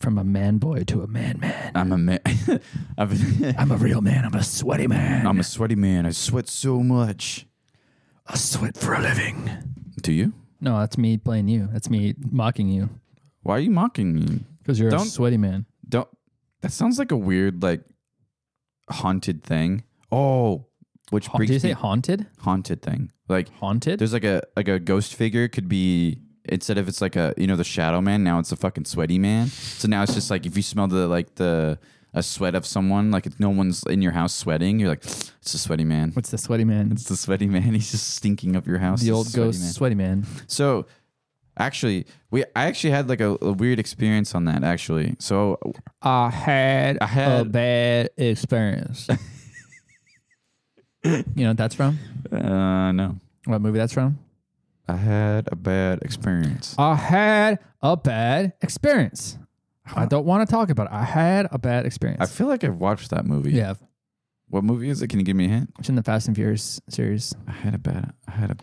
S1: From a man boy to a man man.
S2: I'm a man. I've,
S1: I'm a real man. I'm a sweaty man.
S2: I'm a sweaty man. I sweat so much.
S1: I sweat for a living.
S2: Do you?
S1: No, that's me playing you. That's me mocking you
S2: Why are you mocking me?
S1: because you're
S2: Don't-
S1: a sweaty man.
S2: Don't. That sounds like a weird, like haunted thing. Oh, which
S1: Ha-
S2: brings
S1: Did you say
S2: me-
S1: haunted?
S2: haunted thing. Like
S1: Haunted?
S2: there's like a like a ghost figure could be instead of it's like a you know the shadow man now it's a fucking sweaty man so now it's just like if you smell the like the a sweat of someone like if no one's in your house sweating you're like it's a sweaty man
S1: What's the sweaty man?
S2: it's the sweaty man he's just stinking up your house
S1: the
S2: It's
S1: old
S2: a sweaty
S1: ghost
S2: man.
S1: sweaty man.
S2: so actually we i actually had like a, a weird experience on that actually so
S1: I had,
S2: I had-
S1: a bad experience. you know what that's from?
S2: uh no
S1: What movie that's from?
S2: i had a bad experience
S1: I had a bad experience. I don't want to talk about it. I had a bad experience.
S2: i feel like i've watched that movie
S1: yeah,
S2: what movie is it can you give me a hint
S1: it's in the Fast and Furious series.
S2: i had a bad i had a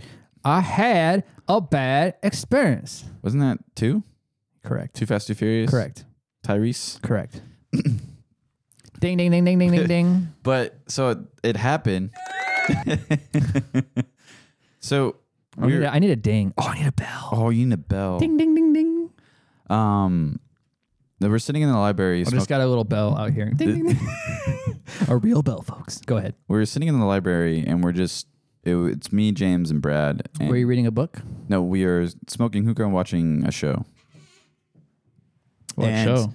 S1: I had a bad experience.
S2: wasn't that two
S1: Correct.
S2: too fast too furious
S1: Correct.
S2: Tyrese.
S1: Correct. Ding ding ding ding ding ding ding.
S2: But so it, it happened. so
S1: I need,
S2: we
S1: a,
S2: were,
S1: I need a ding. Oh, I need a bell.
S2: oh, you need a bell.
S1: Ding ding ding ding.
S2: Um, they were sitting in the library.
S1: I just
S2: smoking-
S1: got a little bell out here. Ding ding ding. a real bell, folks. Go ahead.
S2: we were sitting in the library, and we're just it, w- it's me, James, and Brad. And
S1: Were you reading a book?
S2: no, we are smoking hookah and watching a show.
S1: What
S2: And,
S1: show?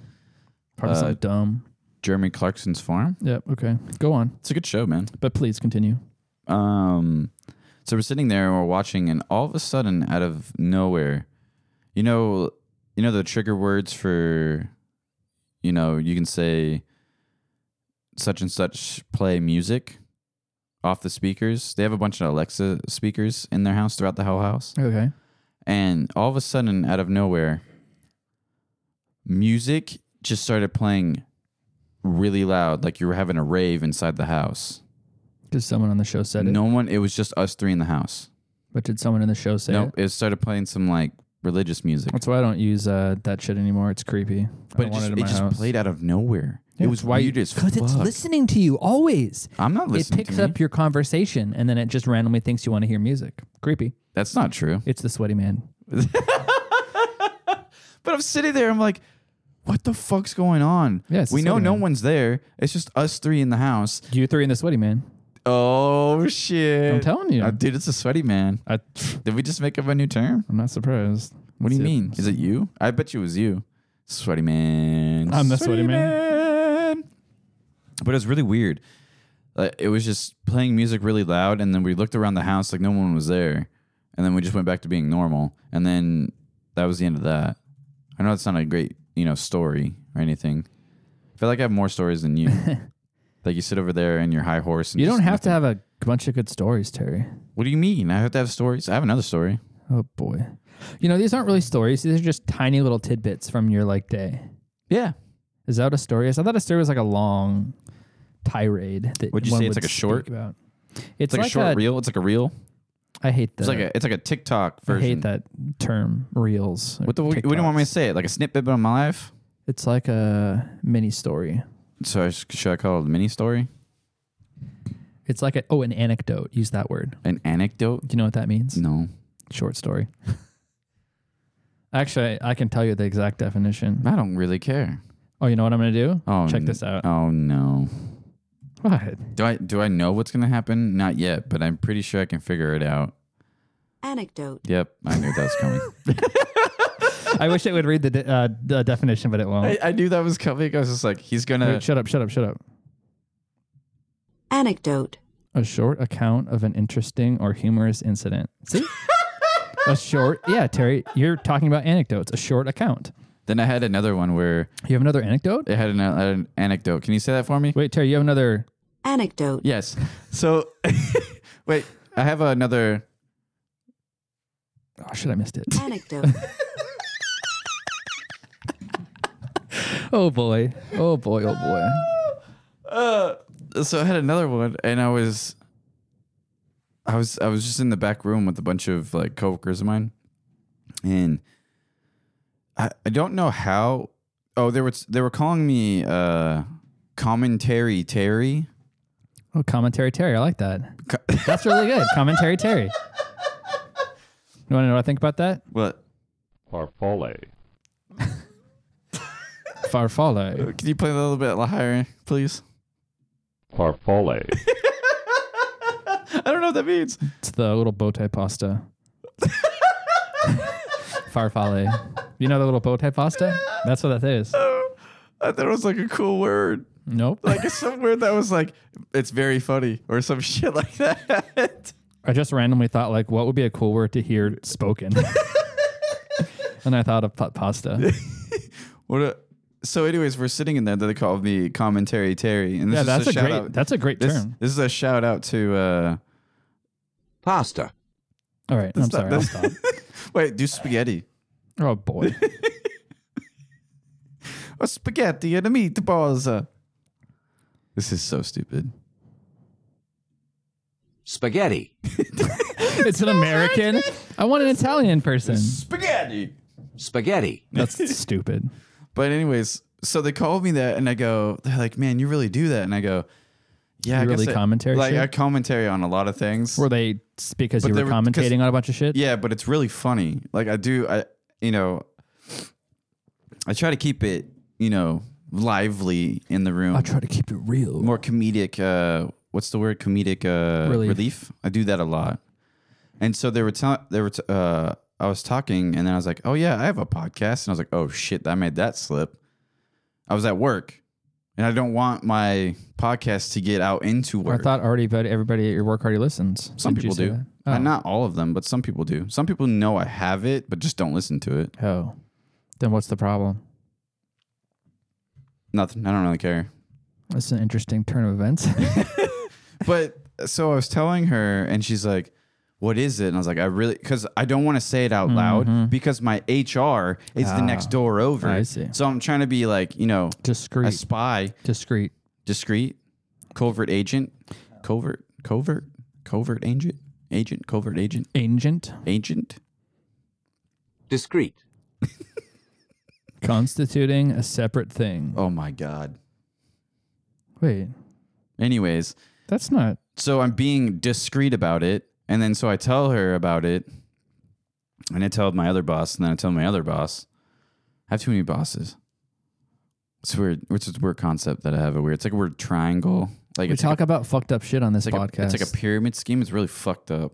S1: Probably
S2: uh,
S1: something dumb.
S2: Jeremy Clarkson's Farm.
S1: Yep. Okay. Go on.
S2: It's a good show, man.
S1: But please continue.
S2: Um, so we're sitting there and we're watching, and all of a sudden, out of nowhere, you know, you know the trigger words for, you know, you can say such and such play music off the speakers. They have a bunch of Alexa speakers in their house throughout the whole house,
S1: Okay.
S2: and all of a sudden, out of nowhere, music just started playing really loud, like you were having a rave inside the house.
S1: Because someone on the show said it.
S2: No one. It was just us three in the house.
S1: But did someone in the show say
S2: No,
S1: it?
S2: it started playing some like religious music,
S1: That's why I don't use uh, that shit anymore. It's creepy.
S2: but it just, it just played out of nowhere. it was weird as fuck.
S1: Because it's listening to you always.
S2: I'm not
S1: It
S2: listening.
S1: picks
S2: to me.
S1: up your conversation and then it just randomly thinks you want to hear music. Creepy.
S2: That's not true.
S1: It's the sweaty man.
S2: But I'm sitting there. I'm like, what the fuck's going on?
S1: Yeah, it's
S2: we
S1: the
S2: know
S1: same,
S2: no
S1: man.
S2: one's there. It's just us three in the house.
S1: You three and the sweaty man.
S2: Oh shit!
S1: I'm telling you.
S2: Uh, dude, it's a sweaty man.
S1: I,
S2: Did we just make up a new term?
S1: I'm not surprised.
S2: What do you mean? Is it you? I bet you it was you, sweaty man.
S1: I'm the sweaty
S2: man. But it was really weird. Like, it was just playing music really loud, and then we looked around the house like no one was there, and then we just went back to being normal, and then that was the end of that. I know it's not a great you know story or anything. I feel like I have more stories than you. like you sit over there and your high horse. And
S1: You
S2: just
S1: don't have to
S2: nothing-
S1: have a bunch of good stories, Terry.
S2: What do you mean? I have to have stories. I have another story.
S1: Oh boy. You know, these aren't really stories. These are just tiny little tidbits from your like day.
S2: Yeah.
S1: Is that what a story is? I thought a story was like a long tirade that
S2: Would you
S1: one
S2: say it's
S1: would
S2: like a short?
S1: speak about. It's,
S2: It's, like, a short reel. It's like a reel.
S1: I hate that.
S2: It's like a it's like a TikTok
S1: I
S2: version.
S1: hate that term reels. or
S2: What the? What do you want me to
S1: TikToks.
S2: say? Like a snippet of my life.
S1: It's like a mini story.
S2: So I, sh- should I call it a mini story?
S1: It's like a oh an anecdote. Use that word.
S2: An anecdote?
S1: Do you know what that means?
S2: No.
S1: Short story. Actually, I can tell you the exact definition.
S2: I don't really care.
S1: Oh, oh. you know what I'm gonna do?
S2: Oh,
S1: check
S2: n-
S1: this out.
S2: Oh no.
S1: What?
S2: Do I do I know what's gonna happen? Not yet, but I'm pretty sure I can figure it out.
S8: Anecdote.
S2: Yep, I knew that was coming.
S1: I wish it would read the, de- uh, the definition, but it won't.
S2: I, I knew that was coming. I was just like, he's gonna.
S1: Wait, shut up! Shut up! Shut up!
S8: Anecdote.
S1: A short account of an interesting or humorous incident. See? a short, yeah, Terry, you're talking about anecdotes. A short account.
S2: Then I had another one where
S1: You have another anecdote?
S2: it had an, an anecdote. Can you say that for me?
S1: Wait, Terry, you have another.
S8: Anecdote.
S2: Yes. So, wait, I have another.
S1: Oh, shit, I missed it.
S8: Anecdote.
S1: Oh, boy. Oh, boy. Oh, boy.
S2: uh, so I had another one, and I was, I was, I was just in the back room with a bunch of like coworkers of mine, and I, I don't know how. Oh, they were they were calling me uh, commentary Terry.
S1: Oh, commentary Terry. I like that.
S2: Co-
S1: That's really good. commentary Terry. You want to know what I think about that?
S2: what?
S3: Farfalle.
S1: Farfalle.
S2: Can you play that a little bit higher, please?
S3: Farfalle.
S2: I don't know what that means.
S1: It's the little bow tie pasta. Farfalle. You know the little bow tie pasta? That's what that is.
S2: I thought it was like a cool word.
S1: Nope.
S2: Like it's some word that was like, it's very funny or some shit like that.
S1: I just randomly thought like, what would be a cool word to hear spoken? and I thought of pa- pasta.
S2: What? A, so, anyways, we're sitting in there. They call the commentary Terry, and this
S1: yeah,
S2: is
S1: that's a,
S2: shout
S1: great.
S2: out.
S1: That's a great
S2: this,
S1: term.
S2: This is a shout out to. uh
S9: Pasta.
S1: All right, I'm sorry. I'll stop.
S2: Wait, do spaghetti?
S1: Oh boy,
S2: Oh, spaghetti and a meatballs. uh. This is so stupid.
S9: Spaghetti.
S1: it's an American. I want an Italian person.
S2: Spaghetti.
S9: Spaghetti.
S1: That's stupid.
S2: But anyways, so they called me that, and I go, they're like, man, you really do that, and I go, yeah, I
S1: You really
S2: guess I-
S1: commentary
S2: like
S1: shit?
S2: I commentary on a lot of things.
S1: Were they s- because
S2: But
S1: you
S2: they
S1: were
S2: were- 'cause-
S1: commentating on a bunch of shit?
S2: Yeah, but it's really funny. Like I do, I you know, I try to keep it you know lively in the room.
S1: I try to keep it real.
S2: more comedic. Uh, what's the word? Comedic uh,
S1: Relief.
S2: relief. I do that a lot. And so they were telling they were. T- uh, I was talking, and then I was like, "Oh yeah, I have a podcast." And I was like, "Oh shit, I made that slip." I was at work, and I don't want my podcast to get out into
S1: I
S2: work.
S1: thought already, but everybody at your work already listens.
S2: Some
S1: Didn't you
S2: people
S1: say
S2: do.
S1: that? Oh.
S2: Uh, Not all of them, but some people do. Some people know I have it, but just don't listen to it.
S1: Oh. oh, then what's the problem?
S2: Nothing. I don't really care.
S1: That's an interesting turn of events.
S2: But so I was telling her, and she's like, "What is it?" And I was like, "I really because I don't want to say it out loud because my HR is the next door over.
S1: Mm-hmm. Ah, I see.
S2: So I'm trying to be like, you know,
S1: discreet,
S2: a spy,
S1: discreet.
S2: discreet, covert agent, covert, covert, covert agent, agent, covert agent,
S1: Ancient,
S2: agent.
S9: Discreet.
S1: constituting a separate thing.
S2: Oh my god.
S1: Wait,
S2: Anyways,
S1: that's not.
S2: so I'm being discreet about it, and then so I tell her about it, and I tell my other boss, and then I tell my other boss. I have too many bosses. It's weird. It's a weird concept that I have. A weird. It's like a weird triangle. Like
S1: We
S2: it's like
S1: talk about fucked up shit on this
S2: a, it's like a-
S1: podcast.
S2: it's like a pyramid scheme. It's really fucked up.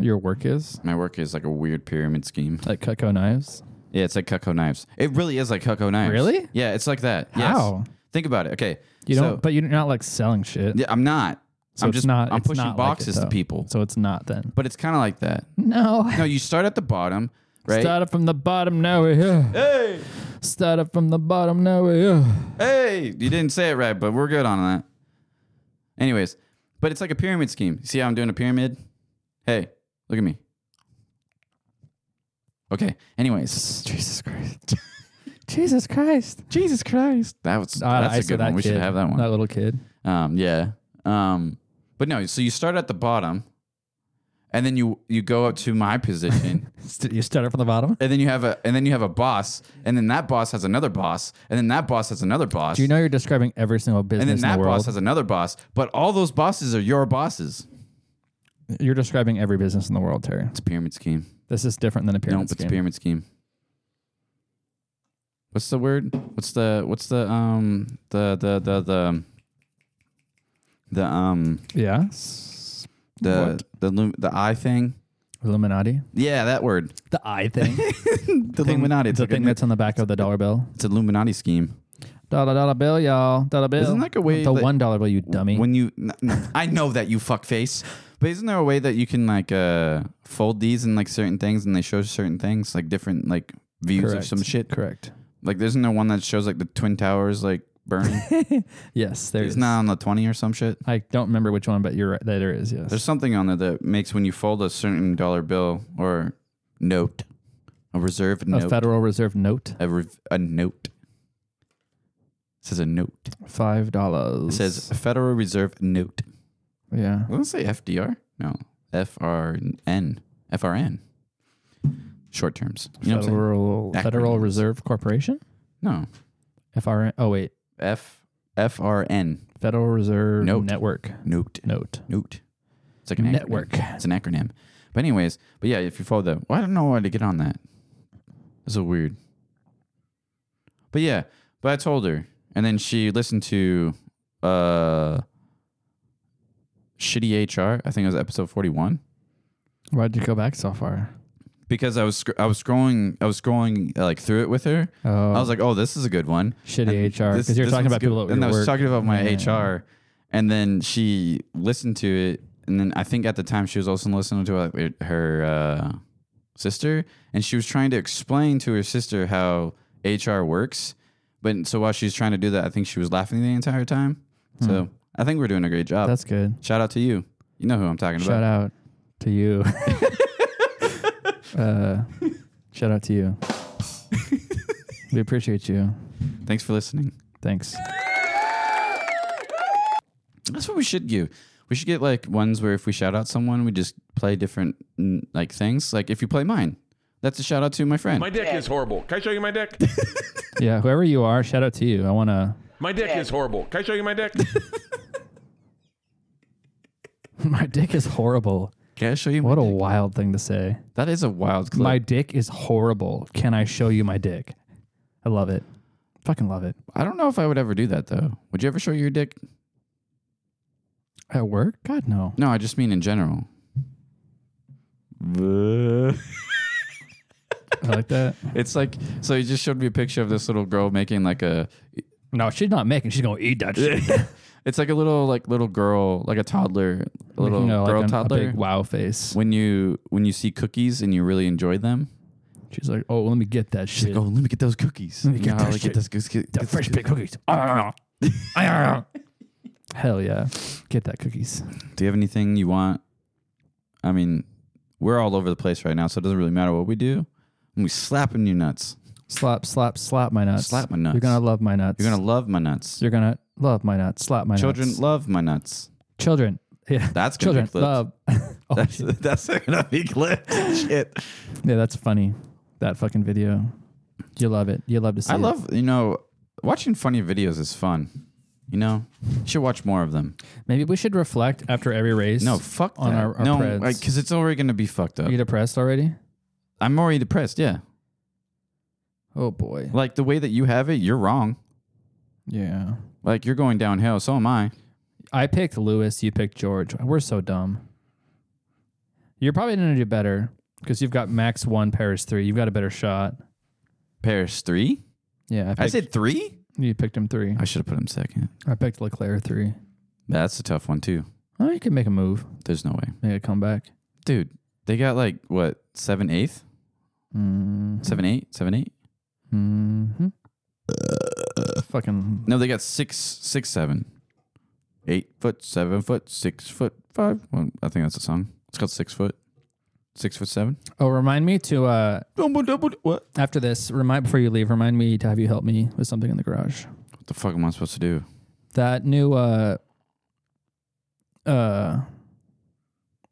S1: your work is
S2: My work is like a weird pyramid scheme.
S1: like Cutco knives.
S2: Yeah, it's like Cutco knives. It really is like Cutco knives.
S1: Really?
S2: Yeah, it's like that. Yes.
S1: How?
S2: Think about it. Okay.
S1: You
S2: so,
S1: don't, but you're not like selling shit.
S2: yeah, I'm not.
S1: so
S2: I'm
S1: it's
S2: just
S1: not.
S2: I'm
S1: it's
S2: pushing
S1: not like it,
S2: boxes to
S1: though.
S2: people.
S1: So it's not then.
S2: But it's kind of like that.
S1: No.
S2: No, you start at the bottom, right?
S1: Started from the bottom, now we're here.
S2: Hey,
S1: Started from the bottom, now we're here.
S2: hey, you didn't say it right, but we're good on that. Anyways, but it's like a pyramid scheme. See how I'm doing a pyramid? Hey, look at me. Okay. Anyways, Jesus Christ.
S1: Jesus Christ.
S2: Jesus Christ. That was
S1: God,
S2: that's
S1: Ah, I
S2: a
S1: saw
S2: good
S1: that
S2: one. We should
S1: kid,
S2: have that one.
S1: That little kid.
S2: Um, yeah. Um, but no, so you start at the bottom and then you you go up to my position
S1: St- You started from the bottom.
S2: and then you have a and then you have a boss and then that boss has another boss and then that boss has another boss.
S1: Do you know you're describing every single business
S2: and then
S1: in
S2: that
S1: the world?
S2: boss has another boss, but all those bosses are your bosses.
S1: you're describing every business in the world, Terry.
S2: It's a pyramid scheme.
S1: This is different than a
S2: No,
S1: pyramid
S2: it's a
S1: scheme.
S2: pyramid scheme. What's the word? What's the what's the um the the the the the um
S1: Yeah.
S2: the the lum- the eye thing?
S1: Illuminati.
S2: Yeah, that word.
S1: The eye thing.
S2: The Illuminati. It's
S1: the
S2: like a
S1: thing
S2: new-
S1: that's on the back of the dollar bill.
S2: it's an Illuminati scheme.
S1: Dollar dollar bill, y'all. Dollar bill.
S2: Isn't like a way
S1: the
S2: that-
S1: one dollar bill, you dummy.
S2: When you, n- n- I know that you fuckface. But isn't there a way that you can like uh fold these in like certain things and they show certain things like different like views of
S1: Correct.
S2: some shit?
S1: Correct.
S2: Like, isn't there one that shows like the twin towers like burning?
S1: Yes, there
S2: it's
S1: is.
S2: not on the twenty or some shit.
S1: I don't remember which one, but you're right. There is. Yes.
S2: There's something on there that makes when you fold a certain dollar bill or note, a reserve
S1: a
S2: note,
S1: Federal Reserve note.
S2: a, rev- a note. It says a note.
S1: Five
S2: It
S1: dollars.
S2: says Federal Reserve note.
S1: Yeah.
S2: Doesn't it say FDR? No, FRN, FRN. Short terms. You know what I'm saying?
S1: Federal Federal
S2: Acronyms.
S1: Reserve Corporation.
S2: No,
S1: FRN. Oh wait.
S2: F FRN
S1: Federal Reserve
S2: Note.
S1: Network
S2: note
S1: note.
S2: note. It's like an acronym.
S1: Network.
S2: It's an acronym. But anyways, but yeah, if you follow that, well, I don't know why to get on that. It's so weird. But yeah, but I told her, and then she listened to uh shitty HR. I think it was episode forty one.
S1: Why'd you go back so far?
S2: because I was sc- I was scrolling I was scrolling uh, like through it with her.
S1: Oh.
S2: I was like, oh, this is a good one.
S1: Shitty HR, 'cause you were talking
S2: one's
S1: about
S2: good.
S1: people at
S2: and
S1: your
S2: I was
S1: work.
S2: talking about my
S1: Yeah.
S2: HR, and then she listened to it, and then I think at the time she was also listening to like, her uh, sister, and she was trying to explain to her sister how HR works. But so while she was trying to do that, I think she was laughing the entire time. So I think we're doing a great job.
S1: Hmm. That's good.
S2: Shout out to you. You know who I'm talking
S1: Shout
S2: about.
S1: out to you. uh, shout out to you. we appreciate you.
S2: Thanks for listening.
S1: Thanks.
S2: That's what we should do. We should get like ones where if we shout out someone, we just play different mm, like things. Like if you play mine, That's a shout out to my friend.
S10: My dick is horrible. Can I show you my dick?
S1: Yeah, whoever you are, shout out to you. I want to.
S10: My dick is horrible. Can I show you my dick?
S1: My dick is horrible.
S2: Can I show you?
S1: What
S2: my
S1: a
S2: dick?
S1: wild thing to say.
S2: that is a wild clip.
S1: My dick is horrible. Can I show you my dick? I love it. Fucking love it.
S2: I don't know if I would ever do that though. Would you ever show your dick?
S1: At work? God no.
S2: No, I just mean in general. Bleh.
S1: I like that.
S2: It's like so. You just showed me a picture of this little girl making like a.
S1: No, she's not making. She's gonna eat that shit.
S2: It's like a little like little girl, like a toddler, a little
S1: Making a, like,
S2: girl
S1: an- a
S2: toddler.
S1: big wow face.
S2: When you when you see cookies and you really enjoy them,
S1: She's like, oh, let me get that
S2: she's
S1: shit.
S2: like, "Oh, let me get those cookies.
S1: Let me
S2: You
S1: get
S2: know
S1: that
S2: how I
S1: shit.
S2: Get those cookies. get
S1: the
S2: those
S1: fresh baked
S2: cookies.
S1: cookies. Ah. Ah. Hell yeah, get that cookies.
S2: Do you have anything you want? I mean, we're all over the place right now, so it doesn't really matter what we do. We slapping you nuts.
S1: Slap, slap, slap my nuts.
S2: Slap my nuts.
S1: You're gonna love my nuts.
S2: You're gonna love my nuts.
S1: You're gonna love my nuts. Slap my
S2: Children
S1: nuts.
S2: love my nuts.
S1: Children. Yeah.
S2: That's
S1: children
S2: gonna be clipped.
S1: love. oh,
S2: That's
S1: shit.
S2: that's gonna be clipped. Shit.
S1: Yeah, that's funny. That fucking video. You love it. You love to see
S2: I
S1: it.
S2: love you know watching funny videos is fun. You know, you should watch more of them.
S1: Maybe we should reflect after every race.
S2: No, fuck
S1: on
S2: that.
S1: our, our
S2: no,
S1: preds.
S2: because it's already gonna be fucked up.
S1: Are you depressed already?
S2: I'm already depressed. Yeah,
S1: Oh boy.
S2: like the way that you have it, you're wrong.
S1: Yeah.
S2: Like you're going downhill. So am I.
S1: I picked Lewis. You picked George. We're so dumb. You're probably gonna do better because you've got Max one, Paris three. You've got a better shot.
S2: Paris three.
S1: Yeah, I, picked,
S2: I said three.
S1: you picked him three.
S2: I should have put him second.
S1: I picked Leclerc three.
S2: That's a tough one too.
S1: Oh, you can make a move,
S2: There's no way,
S1: make a comeback.
S2: dude. They got like what seven eighth,
S1: Mm.
S2: seven eight, seven eight.
S1: hmm Fucking
S2: No, they got six, six, seven, eight foot, seven foot, six foot, five. Well, I think that's a song. It's called Six Foot, Six Foot Seven.
S1: Oh, remind me to uh
S2: Double, double, what?
S1: after this, remind before you leave, remind me to have you help me with something in the garage.
S2: What the fuck am I supposed to do?
S1: That new uh uh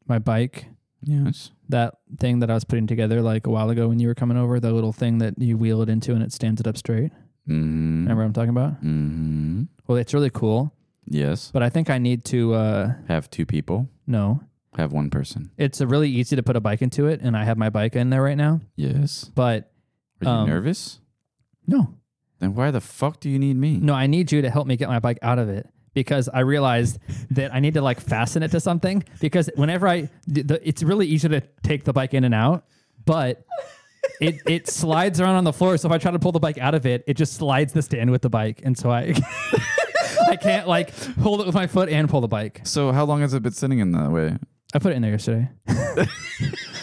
S1: my bike,
S2: Yes.
S1: that thing that I was putting together like a while ago when you were coming over, the little thing that you wheel it into and it stands it up straight.
S2: Mm.
S1: Remember what I'm talking about?
S2: Mm.
S1: Well, it's really cool,
S2: Yes.
S1: but I think I need to uh
S2: Have two people.
S1: no.
S2: Have one person.
S1: It's a really easy to put a bike into it and I have my bike in there right now,
S2: Yes.
S1: but
S2: Are you
S1: Um,
S2: nervous?
S1: no.
S2: Then why the fuck do you need me?
S1: No, I need you to help me get my bike out of it because I realized that I need to like fasten it to something because whenever I, the, the, it's really easy to take the bike in and out, but it it slides around on the floor. So if I try to pull the bike out of it, it just slides the stand with the bike, and so I. I can't like hold it with my foot and pull the bike.
S2: So how long has it been sitting in that way?
S1: I put it in there yesterday,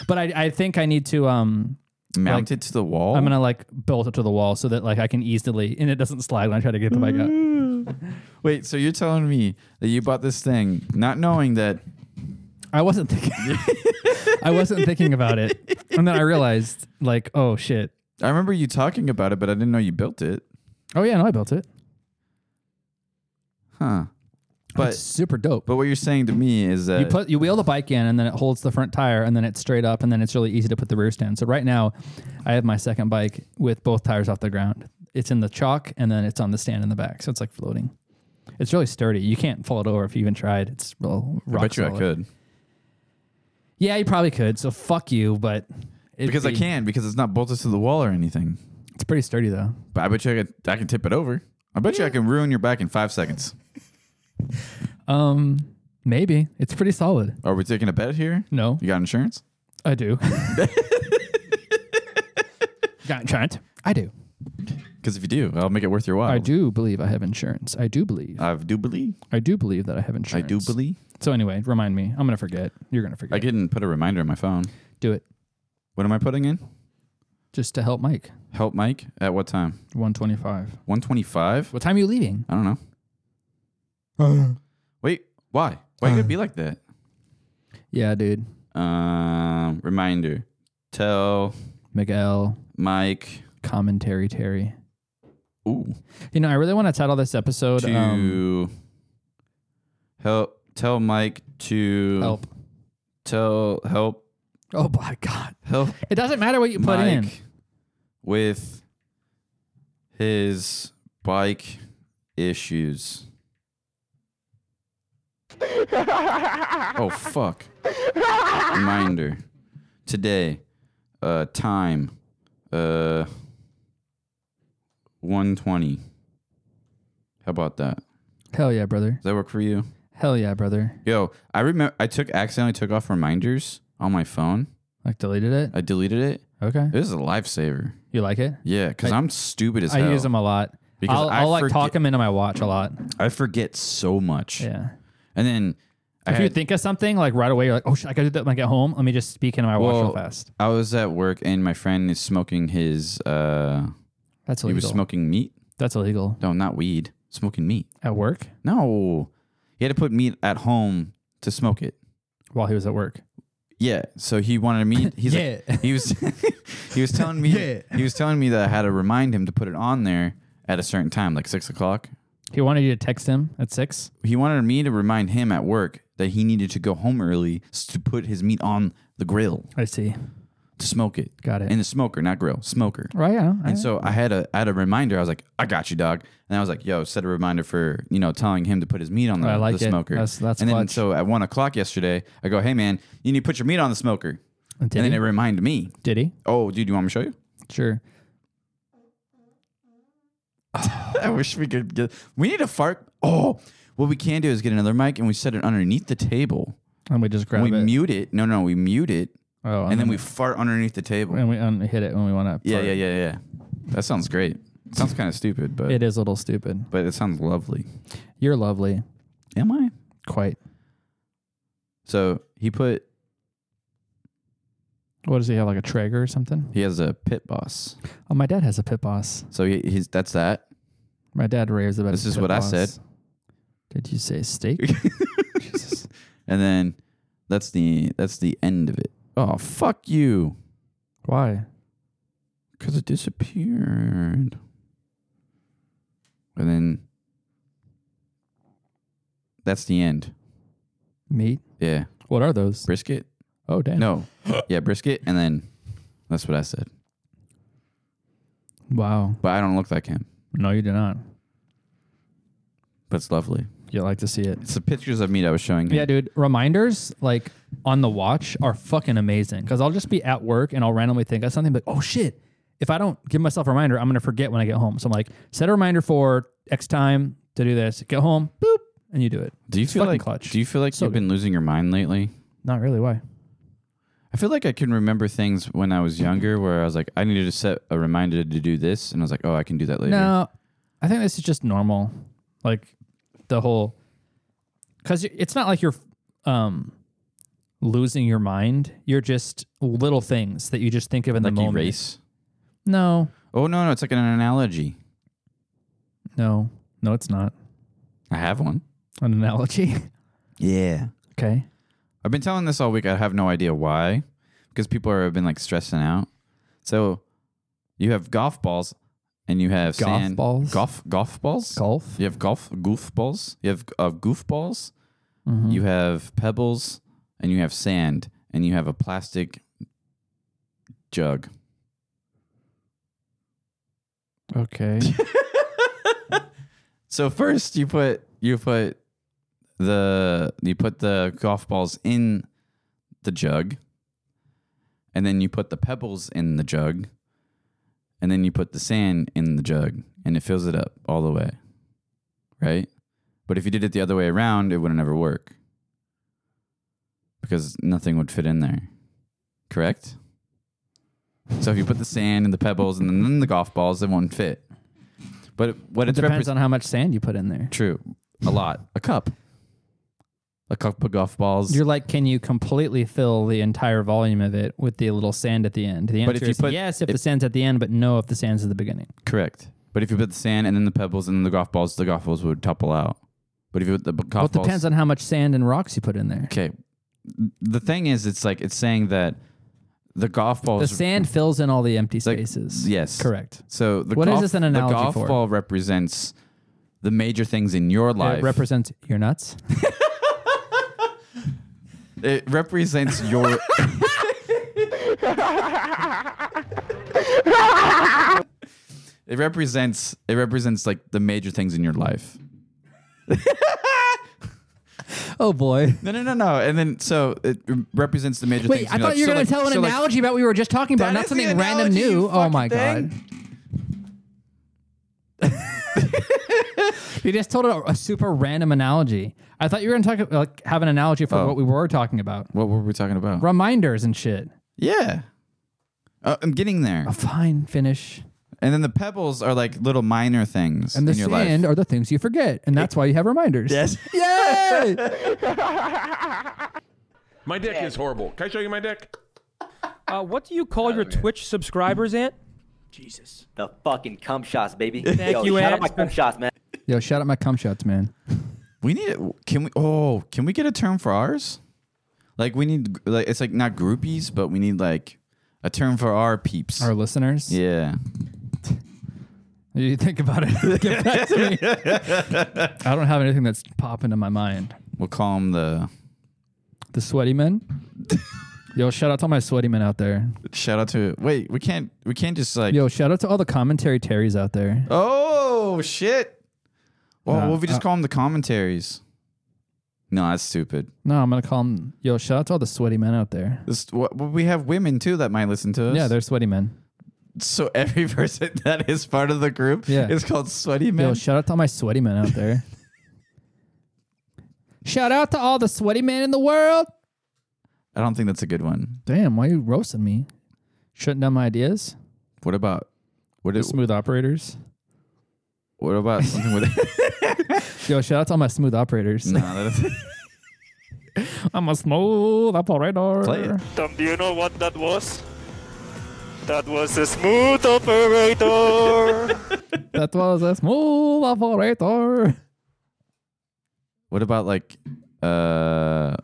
S1: but I, I think I need to um
S2: Mounted to the wall.
S1: I'm gonna like bolt it to the wall so that like I can easily and it doesn't slide when I try to get the bike out.
S2: Wait. So you're telling me that you bought this thing not knowing that?
S1: I wasn't thinking. I wasn't thinking about it, and then I realized, like, oh shit.
S2: I remember you talking about it, but I didn't know you built it.
S1: Oh yeah, no, I built it.
S2: Huh. But
S1: it's super dope.
S2: But what you're saying to me is that
S1: you put you wheel the bike in, and then it holds the front tire, and then it's straight up, and then it's really easy to put the rear stand. So right now, I have my second bike with both tires off the ground. It's in the chalk, and then it's on the stand in the back, so it's like floating. It's really sturdy. You can't fall it over if you even tried. It's real
S2: I
S1: rock
S2: bet you I
S1: solid.
S2: could
S1: Yeah, you probably could. So fuck you, but it'd
S2: because I
S1: be-
S2: can because it's not bolted to the wall or anything.
S1: It's pretty sturdy though.
S2: But I bet you I, could, I can tip it over. I bet you I can ruin your back in five seconds.
S1: Um, maybe it's pretty solid.
S2: Are we taking a bet here?
S1: No,
S2: You got insurance?
S1: I do. Got insurance? I do.
S2: Because if you do, I'll make it worth your while.
S1: I do believe I have insurance. I do believe.
S2: I do believe.
S1: I do believe that I have insurance.
S2: I do believe.
S1: So anyway, remind me. I'm gonna forget. You're gonna forget.
S2: I didn't put a reminder on my phone.
S1: do it
S2: What am I putting in?
S1: just to help Mike.
S2: Help Mike at what time?
S1: 125.
S2: 125?
S1: What time are you leaving?
S2: I don't know. Wait, why? Why could it be like that?
S1: Yeah, dude.
S2: Um, reminder. Tell
S1: Miguel,
S2: Mike.
S1: commentary Terry.
S2: Ooh.
S1: You know, I really want to title this episode
S2: to
S1: um,
S2: help tell Mike to
S1: help
S2: tell help
S1: Oh my god.
S2: Help
S1: It doesn't matter what you put
S2: Mike
S1: in.
S2: with his bike issues. oh fuck. Reminder. Today. Uh time. Uh 120. How about that?
S1: Hell yeah, brother.
S2: Does that work for you?
S1: Hell yeah, brother.
S2: Yo, I remember I took accidentally took off reminders on my phone.
S1: Like deleted it.
S2: I deleted it.
S1: Okay.
S2: It was a lifesaver.
S1: You like it?
S2: Yeah, because
S1: I-
S2: I'm stupid as
S1: I
S2: hell.
S1: use them a lot.
S2: Because
S1: I'll,
S2: I
S1: I'll like talk
S2: forget-
S1: them into my watch a lot.
S2: I forget so much.
S1: Yeah.
S2: And then I,
S1: If you
S2: had-
S1: think of something like right away, you're like, oh shit, I gotta do that when I get home. Let me just speak into my watch real
S2: Well,
S1: fast.
S2: I was at work and my friend is smoking his. uh
S1: That's
S2: He
S1: illegal.
S2: was smoking meat.
S1: That's illegal
S2: No, not weed. Smoking meat.
S1: at work
S2: No, he had to put meat at home to smoke it.
S1: while he was at work.
S2: Yeah. So he wanted me. He's like-
S1: Yeah.
S2: he was he was telling me he was telling me that I had to remind him to put it on there at a certain time, like six o'clock.
S1: He wanted you to text him at six.
S2: He wanted me to remind him at work that he needed to go home early s- to put his meat on the grill
S1: I see.
S2: to smoke it.
S1: Got it.
S2: In the smoker, not grill, smoker.
S1: Right. Yeah. I-
S2: And so I had a I had a reminder. I was like, I got you, dog. And I was like, Yo, set a reminder for you know telling him to put his meat on the,
S1: I like
S2: the
S1: it.
S2: smoker.
S1: That's- that's
S2: and then
S1: clutch.
S2: so at one o'clock yesterday, I go, Hey man, you need to put your meat on the smoker.
S1: did
S2: and
S1: he?
S2: then it reminded me.
S1: did he?
S2: Oh, dude, you want me to show you?
S1: Sure.
S2: I wish we could get. We need a fart. Oh, what we can do is get another mic and we set it underneath the table.
S1: And we just grab
S2: we
S1: it.
S2: mute it. No, no, we mute it,
S1: oh,
S2: and then we fart underneath the table.
S1: and we un- hit it when we want to.
S2: yeah, yeah, yeah, yeah. That sounds great. sounds kind of stupid, but
S1: It is a little stupid.
S2: but it sounds lovely.
S1: You're lovely.
S2: Am I?
S1: Quite.
S2: So he put
S1: What does he have? Like a Traeger or something?
S2: he has a pit boss.
S1: Oh, my dad has a pit boss.
S2: So he, he's that's that.
S1: My dad raves about.
S2: This
S1: his
S2: is
S1: pit
S2: what I
S1: boss.
S2: said.
S1: Did you say steak? Jesus.
S2: And then that's the that's the end of it. Oh fuck you!
S1: Why?
S2: Because it disappeared. And then that's the end.
S1: Meat.
S2: Yeah.
S1: What are those?
S2: Brisket?
S1: Oh damn.
S2: No. Yeah, brisket. And then that's what I said.
S1: Wow.
S2: But I don't look like him.
S1: No, you do not.
S2: But it's lovely.
S1: You like to see it.
S2: It's the pictures of me that I was showing him.
S1: Yeah, dude. Reminders like on the watch are fucking amazing because I'll just be at work and I'll randomly think of something, but oh shit, if I don't give myself a reminder, I'm gonna forget when I get home. So I'm like, set a reminder for X time to do this. Get home, boop, and you do it.
S2: Do you
S1: It's
S2: feel
S1: fucking
S2: like
S1: clutch?
S2: do you feel like
S1: So
S2: you've been losing your mind lately?
S1: Not really. Why?
S2: I feel like I can remember things when I was younger where I was like, I needed to set a reminder to do this, and I was like, oh, I can do that later.
S1: No, I think this is just normal. Like the whole, because it's not like you're um losing your mind. You're just little things that you just think of in
S2: like
S1: the moment.
S2: erase.
S1: No,
S2: Oh no, no, it's like an analogy.
S1: no, no. It's not
S2: I have one.
S1: an analogy.
S2: Yeah.
S1: okay.
S2: I've been telling this all week. I have no idea why, because people are, have been like stressing out. So you have golf balls, and you have
S1: Golf
S2: sand,
S1: balls?
S2: golf golf balls,
S1: Golf.
S2: You have golf goof balls. You have uh, goof balls. You have pebbles, and you have sand, and you have a plastic jug.
S1: Okay.
S2: So first you put you put the you put the golf balls in the jug. And then you put the pebbles in the jug. And then you put the sand in the jug and it fills it up all the way. Right? But if you did it the other way around, it wouldn't ever work. Because nothing would fit in there. Correct? So if you put the sand and the pebbles and then the golf balls, it won't fit. But what
S1: it
S2: it's
S1: depends
S2: represent-
S1: on how much sand you put in there.
S2: True. A lot. A cup. A cup of golf balls.
S1: You're like, can you completely fill the entire volume of it with the little sand at the end? The answer
S2: But if you
S1: is
S2: put-
S1: yes if
S2: if-
S1: the sand's at the end, but no if the sand's at the beginning.
S2: Correct. But if you put the sand and then the pebbles and then the golf balls, the golf balls would topple out. But if you put the b- golf
S1: Well, it
S2: balls.
S1: depends on how much sand and rocks you put in there.
S2: Okay. The thing is, it's like, it's saying that the golf balls.
S1: The sand fills in all the empty
S2: like-
S1: spaces.
S2: yes.
S1: Correct.
S2: So the
S1: What is
S2: golf,
S1: this an analogy
S2: the golf
S1: for?
S2: ball represents the major things in your life.
S1: It represents your nuts.
S2: it represents your. It represents it represents like the major things in your life.
S1: Oh boy.
S2: No, no, no, no. And then so it represents the major
S1: Wait,
S2: things.
S1: I thought you were gonna tell an analogy about what we were just talking about,
S2: That
S1: not
S2: is the
S1: something random
S2: analogy,
S1: new.
S2: you
S1: Oh my
S2: fucking
S1: god. you just told a, a super random analogy. I thought you were gonna talk like have an analogy for
S2: Oh.
S1: what we were talking about.
S2: What were we talking about?
S1: Reminders and shit.
S2: Yeah. Uh, I'm getting there.
S1: Fine, finish.
S2: And then the pebbles are like little minor things
S1: And the
S2: in your
S1: sand
S2: life.
S1: are the things you forget, and that's why you have reminders. Yes. Yay!
S10: My dick is horrible. Can I show you my dick?
S5: Uh, what do you call your Twitch subscribers, Ant?
S6: Jesus. The fucking cum shots, baby.
S5: Thank
S6: Yo,
S5: you,
S6: shout
S5: Ant.
S6: out my cum shots, man.
S1: Yo, shout out my cum shots, man.
S2: We need can we oh, can we get a term for ours? Like we need like it's like not groupies, but we need like a term for our peeps.
S1: Our listeners.
S2: yeah.
S1: You think about it. Get back to me. I don't have anything that's popping to my mind.
S2: We'll call them the
S1: The sweaty men. Yo, shout out to all my sweaty men out there.
S2: shout out to Wait, we can't we can't just like
S1: Yo, shout out to all the commentary Terrys out there.
S2: Oh shit. Well,
S1: Nah,
S2: what if we just
S1: uh,
S2: call them the commentaries? No, that's stupid.
S1: No, I'm gonna call them. Yo, shout out to all the sweaty men out there.
S2: This, what, we have women too that might listen to us.
S1: Yeah, they're sweaty men.
S2: so every person that is part of the group
S1: Yeah.
S2: is called sweaty
S1: Yo,
S2: man.
S1: shout out to all my sweaty men out there. shout out to all the sweaty men in the world.
S2: I don't think that's a good one.
S1: Damn, why you roasting me? Shutting down my ideas.
S2: What about what
S1: The
S2: is
S1: smooth operators.
S2: what about something with
S1: Yo, shout out to all my smooth operators.
S2: No, that
S1: I'm a smooth operator.
S2: Play it.
S4: Tom, do you know what that was? That was a smooth operator.
S1: That was a smooth operator.
S2: What about like uh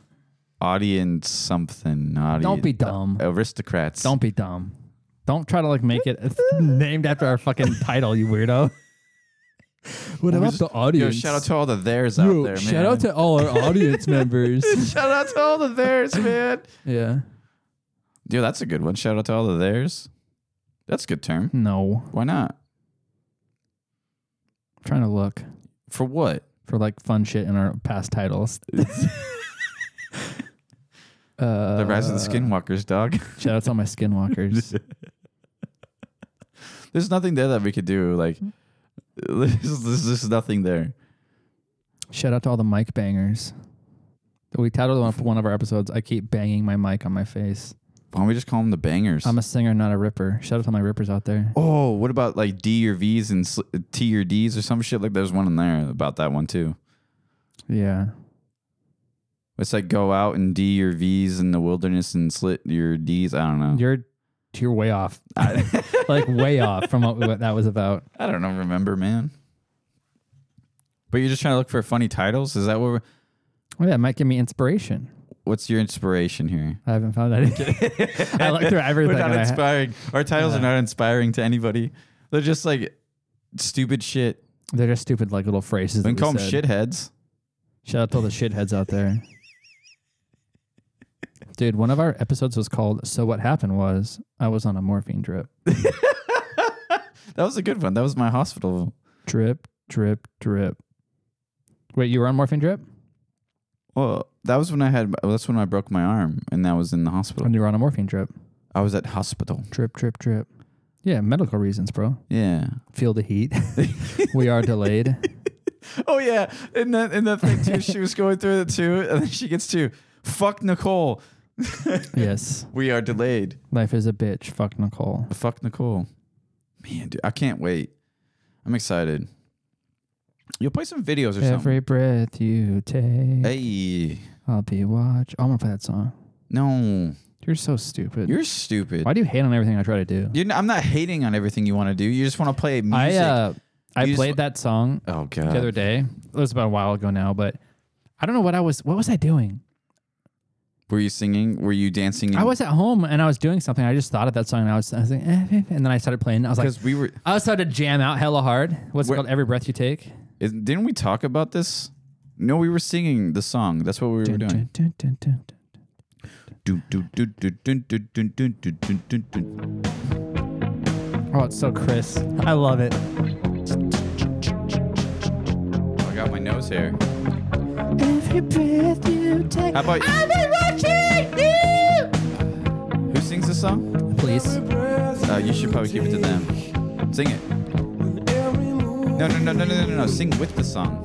S2: audience something? Audience, uh,
S1: Don't be dumb.
S2: aristocrats.
S1: Don't be dumb. Don't try to like make it it's named after our fucking title, you weirdo. What
S2: We
S1: about
S2: just-
S1: the audience?
S2: Yo, shout out to all the theirs out
S1: Yo,
S2: there, man.
S1: shout out to all our audience members.
S2: shout out to all the theirs, man.
S1: Yeah.
S2: Dude, that's a good one. Shout out to all the theirs. That's a good term.
S1: No.
S2: Why not?
S1: I'm trying to look
S2: For what?
S1: for like fun shit in our past titles. uh,
S2: The rise of the skinwalkers, dog.
S1: Shout out to all my skinwalkers.
S2: There's nothing there that we could do. Like, there's, there's just nothing there.
S1: shout out to all the mic bangers. We titled one of, one of our episodes, I Keep Banging My Mic on My Face.
S2: Why don't we just call them the bangers?
S1: I'm a singer, not a ripper. Shout out to all my rippers out there.
S2: oh, what about like D or V's and sl- T or D's or some shit? Like, there's one in there about that one too.
S1: Yeah.
S2: It's like go out and D your V's in the wilderness and slit your D's. I don't know.
S1: You're you're way off. like way off from what, what that was about.
S2: I don't know. Remember, man. But you're just trying to look for funny titles. Is that what? We're,
S1: Oh yeah, it might give me inspiration.
S2: what's your inspiration here?
S1: I haven't found any. I looked through everything.
S2: We're not
S1: and I-
S2: inspiring. Our titles are not inspiring to anybody. They're just like stupid shit.
S1: they're just stupid like little phrases.
S2: We can
S1: that
S2: call them
S1: said.
S2: shitheads.
S1: Shout out to all the shitheads out there. Dude, one of our episodes was called So What Happened Was I Was on a Morphine Drip.
S2: That was a good one. That was my hospital.
S1: Drip, drip, drip. Wait, you were on morphine drip?
S2: Well, that was when I had. That's when I broke my arm, and that was in the hospital.
S1: When you were on a morphine drip.
S2: I was at hospital.
S1: Drip, drip, drip. Yeah, medical reasons, bro.
S2: Yeah.
S1: Feel the heat. we are delayed.
S2: Oh yeah, and that and that thing too. she was going through it too, and then she gets to fuck Nicole.
S1: Yes.
S2: We are delayed.
S1: Life is a bitch. Fuck Nicole.
S2: Fuck Nicole. Man, dude, I can't wait. I'm excited. You'll play some videos or
S1: Every breath you take,
S2: something. Hey,
S1: I'll be watch. I'm gonna play that song.
S2: no,
S1: You're so stupid.
S2: you're stupid.
S1: Why do you hate on everything I try to do?
S2: You're not, I'm not hating on everything you want to do. You just want to play music.
S1: I uh, I
S2: You just-
S1: played that song
S2: oh
S1: the other
S2: god,
S1: day. It was about a while ago now, but I don't know what I was. What was I doing?
S2: were you singing? Were you dancing?
S1: I was at home and I was doing something. I just thought of that song and I was, I was like, eh, eh, eh, and then I started playing. and I was like,
S2: because we were.
S1: I started to jam out hella hard. What's it
S2: Where-
S1: called? Every breath you take.
S2: Isn't, didn't we talk about this? No, we were singing the song. That's what we were doing.
S1: Dun, dun, dun, dun.
S2: Oh, Do, do, do, do, do, do, do, do, do, do, do, do.
S1: Oh, it's so Chris.
S11: I love it.
S2: I got my nose hair.
S11: Every breath you take.
S2: How about- I've
S11: been watching you.
S2: Who sings this song?
S1: Please.
S2: Uh, you should probably keep it to them. Sing it. No, no, no, no, no, no, no, no. Sing with the song.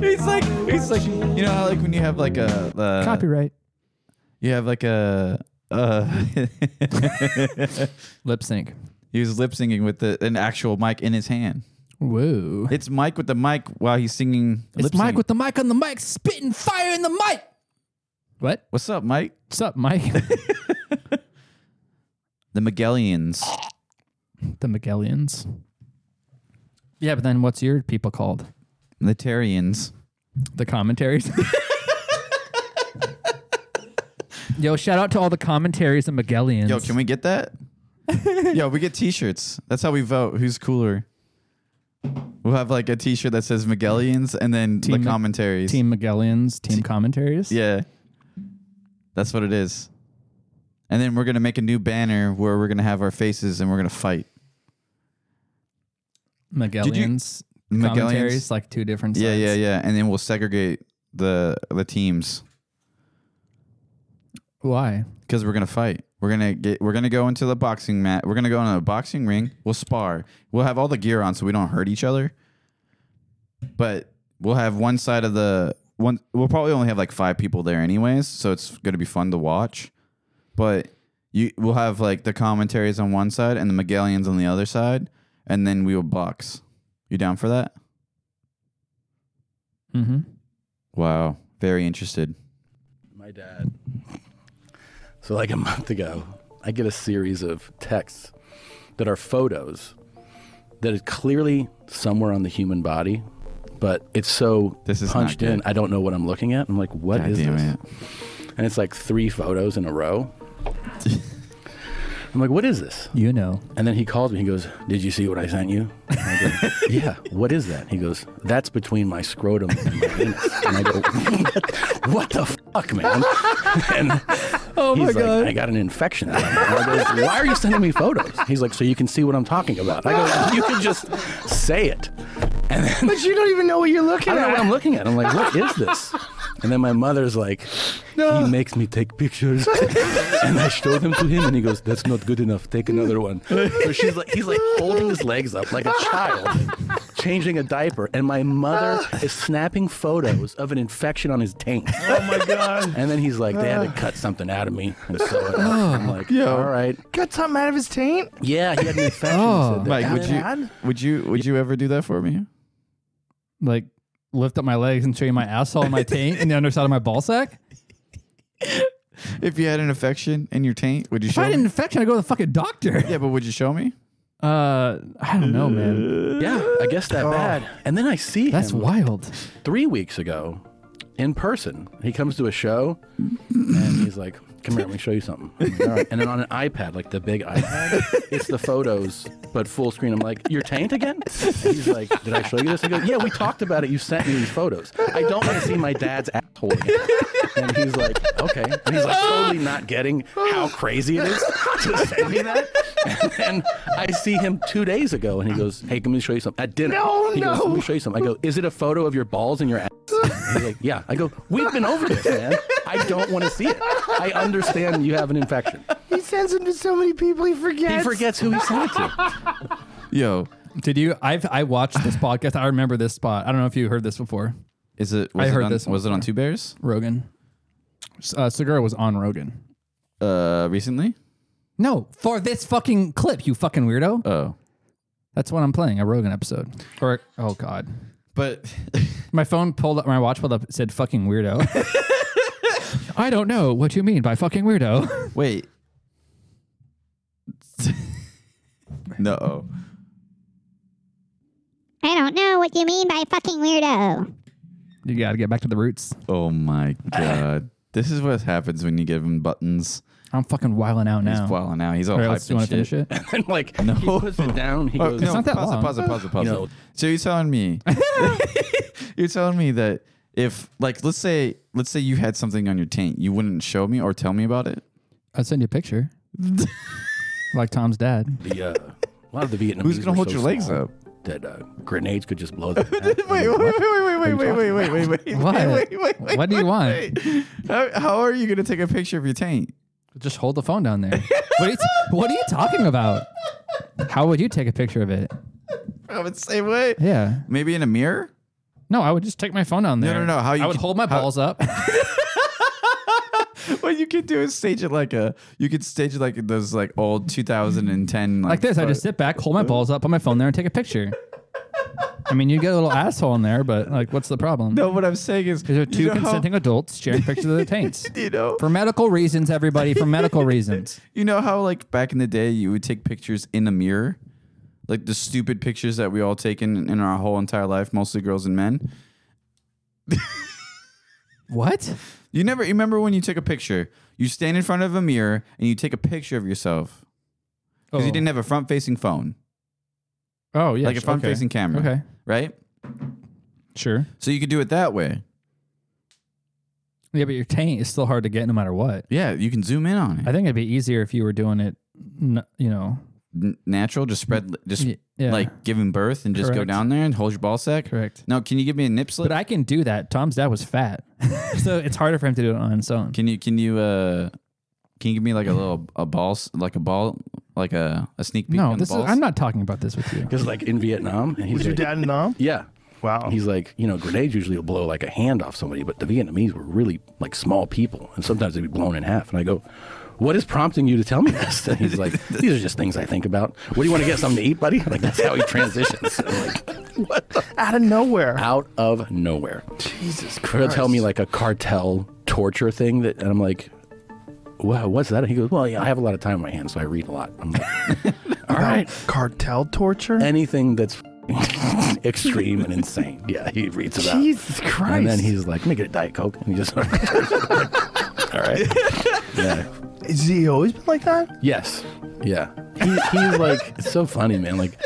S11: He's like, he's like,
S2: You know how like when you have like a uh,
S1: Copyright.
S2: You have like a uh,
S1: Lip sync.
S2: he was lip syncing with the, an actual mic in his hand.
S1: Whoa.
S2: It's Mike with the mic while he's singing.
S1: It's Mike with the mic on the mic, spitting fire in the mic. What?
S2: What's up, Mike?
S1: What's up, Mike?
S2: The Magellians.
S1: the Magellians. Yeah, but then what's your people called?
S2: The Tarians.
S1: The commentaries. Yo, shout out to all the commentaries and Magellians.
S2: Yo, can we get that? Yo, we get t-shirts. That's how we vote. Who's cooler? We'll have like a t-shirt that says Magellians and then
S1: Team-
S2: the commentaries.
S1: Team Magellians, team commentaries.
S2: Yeah. That's what it is. And then we're going to make a new banner where we're going to have our faces and we're going to fight.
S1: Magellians.
S2: Magellians?
S1: Commentaries, like two different sides.
S2: Yeah, yeah, yeah. And then we'll segregate the the teams
S1: Why?
S2: cuz we're going to fight. We're going to get we're going to go into the boxing mat. We're going to go on a boxing ring. We'll spar. We'll have all the gear on so we don't hurt each other. But we'll have one side of the one we'll probably only have like 5 people there anyways, so it's going to be fun to watch. but you we'll have like the commentaries on one side and the Magellians on the other side, and then we will box. You down for that?
S1: Mm-hmm.
S2: Wow, very interested.
S12: my dad. So, like a month ago, I get a series of texts that are photos that is clearly somewhere on the human body, but it's so
S2: This is not
S12: punched in,
S2: good.
S12: I don't know what I'm looking at. I'm like, what
S2: God
S12: is
S2: damn
S12: this?
S2: it.
S12: And it's like three photos in a row. I'm like, what is this?
S1: You know.
S12: And then he calls me. He goes, "Did you see what I sent you?" And I go, "Yeah." What is that? He goes, "That's between my scrotum and my anus." And I go, "What the fuck, man?" And
S11: Oh
S12: he's
S11: my
S12: like,
S11: God.
S12: "I got an infection." And I go, "Why are you sending me photos?" He's like, "So you can see what I'm talking about." I go, "You can just say it." And then
S11: But you don't even know what you're looking
S12: I don't know
S11: at.
S12: what I'm looking at. I'm like, "What is this?" And then my mother's like, "He makes me take pictures." and I show them to him, and he goes, "That's not good enough. Take another one." So she's like, he's like holding his legs up like a child, changing a diaper, and my mother is snapping photos of an infection on his taint.
S11: Oh my god. Ah.
S12: And then he's like, "They had to cut something out of me." And so I'm like, "All right,
S11: Got something out of his taint?
S12: yeah, he had an infection."
S1: Oh.
S12: He said that.
S2: Mike, would you
S11: bad?
S2: would you would you ever do that for me?
S1: Like lift up my legs and show you my asshole and my taint and the underside of my ball sack?
S2: If you had an infection in your taint, would you
S1: If
S2: show
S1: I had an
S2: me?
S1: infection, I'd go to the fucking doctor.
S2: Yeah, but would you show me?
S1: Uh, I don't know, man.
S12: Yeah, I guess that bad. And then I see
S1: That's
S12: him
S1: wild.
S12: three weeks ago in person. He comes to a show and he's like, Come here, let me show you something. I'm like, All right. And then on an iPad, like the big iPad, it's the photos, but full screen. I'm like, Your taint again? And he's like, Did I show you this? I go, Yeah, we talked about it. You sent me these photos. I don't want to see my dad's asshole again. And he's like, Okay. And he's like, totally not getting how crazy it is to send me that. And then I see him two days ago and he goes, Hey, let me show you something. At dinner,
S11: No,
S12: he goes, Let
S11: no.
S12: me show you something. I go, Is it a photo of your balls and your ass? He's like, yeah. I go, we've been over this, man. I don't want to see it. I understand you have an infection.
S11: He sends him to so many people he forgets.
S12: He forgets who he sent it to.
S2: Yo,
S1: Did you? I've I watched this podcast. I remember this spot. I don't know if you heard this before.
S2: is it? Was
S1: I
S2: it
S1: heard
S2: on,
S1: this one
S2: Was it on Two Bears?
S1: Rogan. S- Uh, Segura was on Rogan.
S2: Uh, recently.
S1: No, for this fucking clip, you fucking weirdo.
S2: Oh,
S1: That's what I'm playing, a Rogan episode. Or oh god,
S2: but
S1: my phone pulled up, my watch pulled up, it said fucking weirdo. I don't know what you mean by fucking weirdo.
S2: wait. no.
S13: I don't know what you mean by fucking weirdo.
S1: you gotta get back to the roots.
S2: Oh my god. This is what happens when you give him buttons.
S1: I'm fucking wiling out now.
S2: He's wilding out. He's all,
S1: Oh. All right, let's-
S2: hyped
S1: you
S2: and
S1: want to
S2: shit.
S1: finish it?
S12: And like, he puts it down. He
S2: Oh,
S12: goes,
S2: no,
S1: not that
S2: pause
S1: long.
S2: it, pause it, pause it, pause
S12: know.
S2: it. So you're telling me, you're telling me that if, like, let's say, let's say you had something on your taint, you wouldn't show me or tell me about it.
S1: I'll send you a picture. like Tom's dad.
S12: The uh, a lot of the Vietnamese.
S1: Who's gonna
S12: were
S1: hold
S12: so
S1: your legs
S12: small
S1: up?
S12: That uh, grenades could just blow them.
S2: wait, wait, wait, wait, wait, wait, wait, wait, wait, wait,
S1: What?
S2: wait, wait, wait, wait,
S1: What do you
S2: wait,
S1: want?
S2: wait. How, how are you gonna take a picture of your taint?
S1: Just hold the phone down there. what, are you t- what are you talking about? How would you take a picture of it?
S2: I would say what?
S1: Yeah.
S2: Maybe in a mirror.
S1: No, I would just take my phone down
S2: No,
S1: there.
S2: no, no, how you
S1: I would
S2: could-
S1: hold my
S2: how-
S1: balls up.
S2: What you could do is stage it like a. You could stage it like those like old 2010 like,
S1: like this. I
S2: pho-
S1: just sit back, hold my balls up, put my phone there, and take a picture. I mean, you get a little asshole in there, but like, what's the problem?
S2: No, what I'm saying is
S1: These are two
S2: you know how-
S1: consenting adults sharing pictures of their taints.
S2: You know,
S1: For medical reasons, everybody, for medical reasons.
S2: you know how like back in the day you would take pictures in a mirror, like the stupid pictures that we all taken in our whole entire life, mostly girls and men.
S1: What?
S2: You never you remember when you took a picture. You stand in front of a mirror and you take a picture of yourself because
S1: Oh.
S2: you didn't have a front-facing phone,
S1: Oh, yeah.
S2: like
S1: sure,
S2: a
S1: okay.
S2: front-facing camera.
S1: Okay.
S2: right?
S1: Sure.
S2: So you could do it that way.
S1: Yeah, but your taint is still hard to get no matter what.
S2: Yeah, you can zoom in on it.
S1: I think it'd be easier if you were doing it, n- you know.
S2: N- natural, just spread, just
S1: Y- yeah.
S2: like giving birth and just go
S1: Correct.
S2: down there and hold your ball sack.
S1: Correct.
S2: Now, can you give me a nip slip?
S1: But I can do that. Tom's dad was fat. so it's harder for him to do it on his own.
S2: Can you can you uh can you give me like a little a ball s- like a ball like a, a sneak peek?
S1: No,
S2: on
S1: this
S2: the
S1: is,
S2: balls?
S1: I'm not talking about this with you.
S12: Because like in Vietnam, and he's
S11: Was your
S12: like,
S11: dad in Nam?
S12: yeah.
S11: Wow.
S12: He's like, you know, grenades usually will blow like a hand off somebody, but the Vietnamese were really like small people, and sometimes they'd be blown in half. And I go, "What is prompting you to tell me this?" And he's like, "These are just things I think about. What do you want to get something to eat, buddy?" Like that's how he transitions. I'm like,
S11: Out of nowhere.
S12: out of nowhere.
S11: Jesus
S12: Or he'll
S11: Christ.
S12: tell me like a cartel torture thing that, and I'm like, "Wow, what's that?" And he goes, "Well, yeah, I have a lot of time on my hands, so I read a lot." I'm like, "All right,
S11: cartel torture,
S12: anything that's extreme and insane." Yeah, he reads about.
S11: Jesus
S12: And then
S11: Christ.
S12: he's like, "Let me get a diet coke," and he just. All right. Yeah.
S11: Has he always been like that?
S12: Yes. Yeah. He, he's like, it's so funny, man. Like,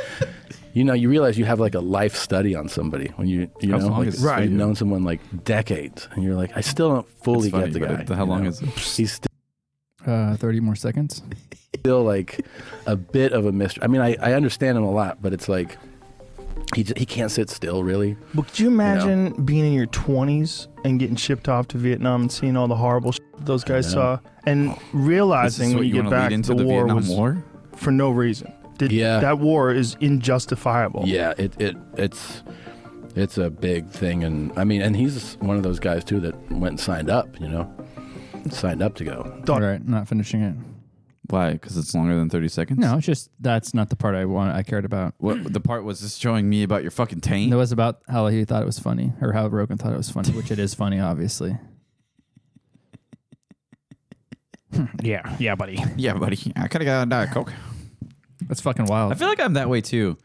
S12: you know, you realize you have like a life study on somebody when you, you
S2: How
S12: know,
S2: long
S12: like,
S2: is it?
S12: so
S2: Right.
S12: you've known someone like decades and you're like, I still don't fully
S2: It's funny,
S12: get the
S2: but
S12: guy.
S2: it- how
S12: you
S2: long
S12: know?
S2: is it?
S12: He's still
S1: Uh, 30 more seconds.
S12: still like a bit of a mystery. I mean, I, I understand him a lot, but it's like, he, j- he can't sit still, really.
S11: But could you imagine being in your 20s and getting shipped off to Vietnam and seeing all the horrible sh- those guys
S12: know. Oh.
S11: saw and realizing
S2: what
S11: when
S2: you
S11: you, get
S2: wanna lead
S11: back
S2: into
S11: the,
S2: the
S11: war
S2: Vietnam
S11: was
S2: War?
S11: for no reason. Did,
S12: Yeah.
S11: That war is injustifiable.
S12: Yeah, it, it it's it's a big thing, and I mean, and he's one of those guys too that went and signed up, you know, signed up to go.
S1: All right, not finishing it.
S2: Why? Because it's longer than thirty seconds.
S1: No, it's just that's not the part I want. I cared about.
S2: What the part was just showing me about your fucking taint.
S1: It was about how he thought it was funny, or how Rogan thought it was funny, which it is funny, obviously. yeah, yeah, buddy.
S2: Yeah, buddy. I could have got a diet coke.
S1: That's fucking wild.
S2: I feel like I'm that way too,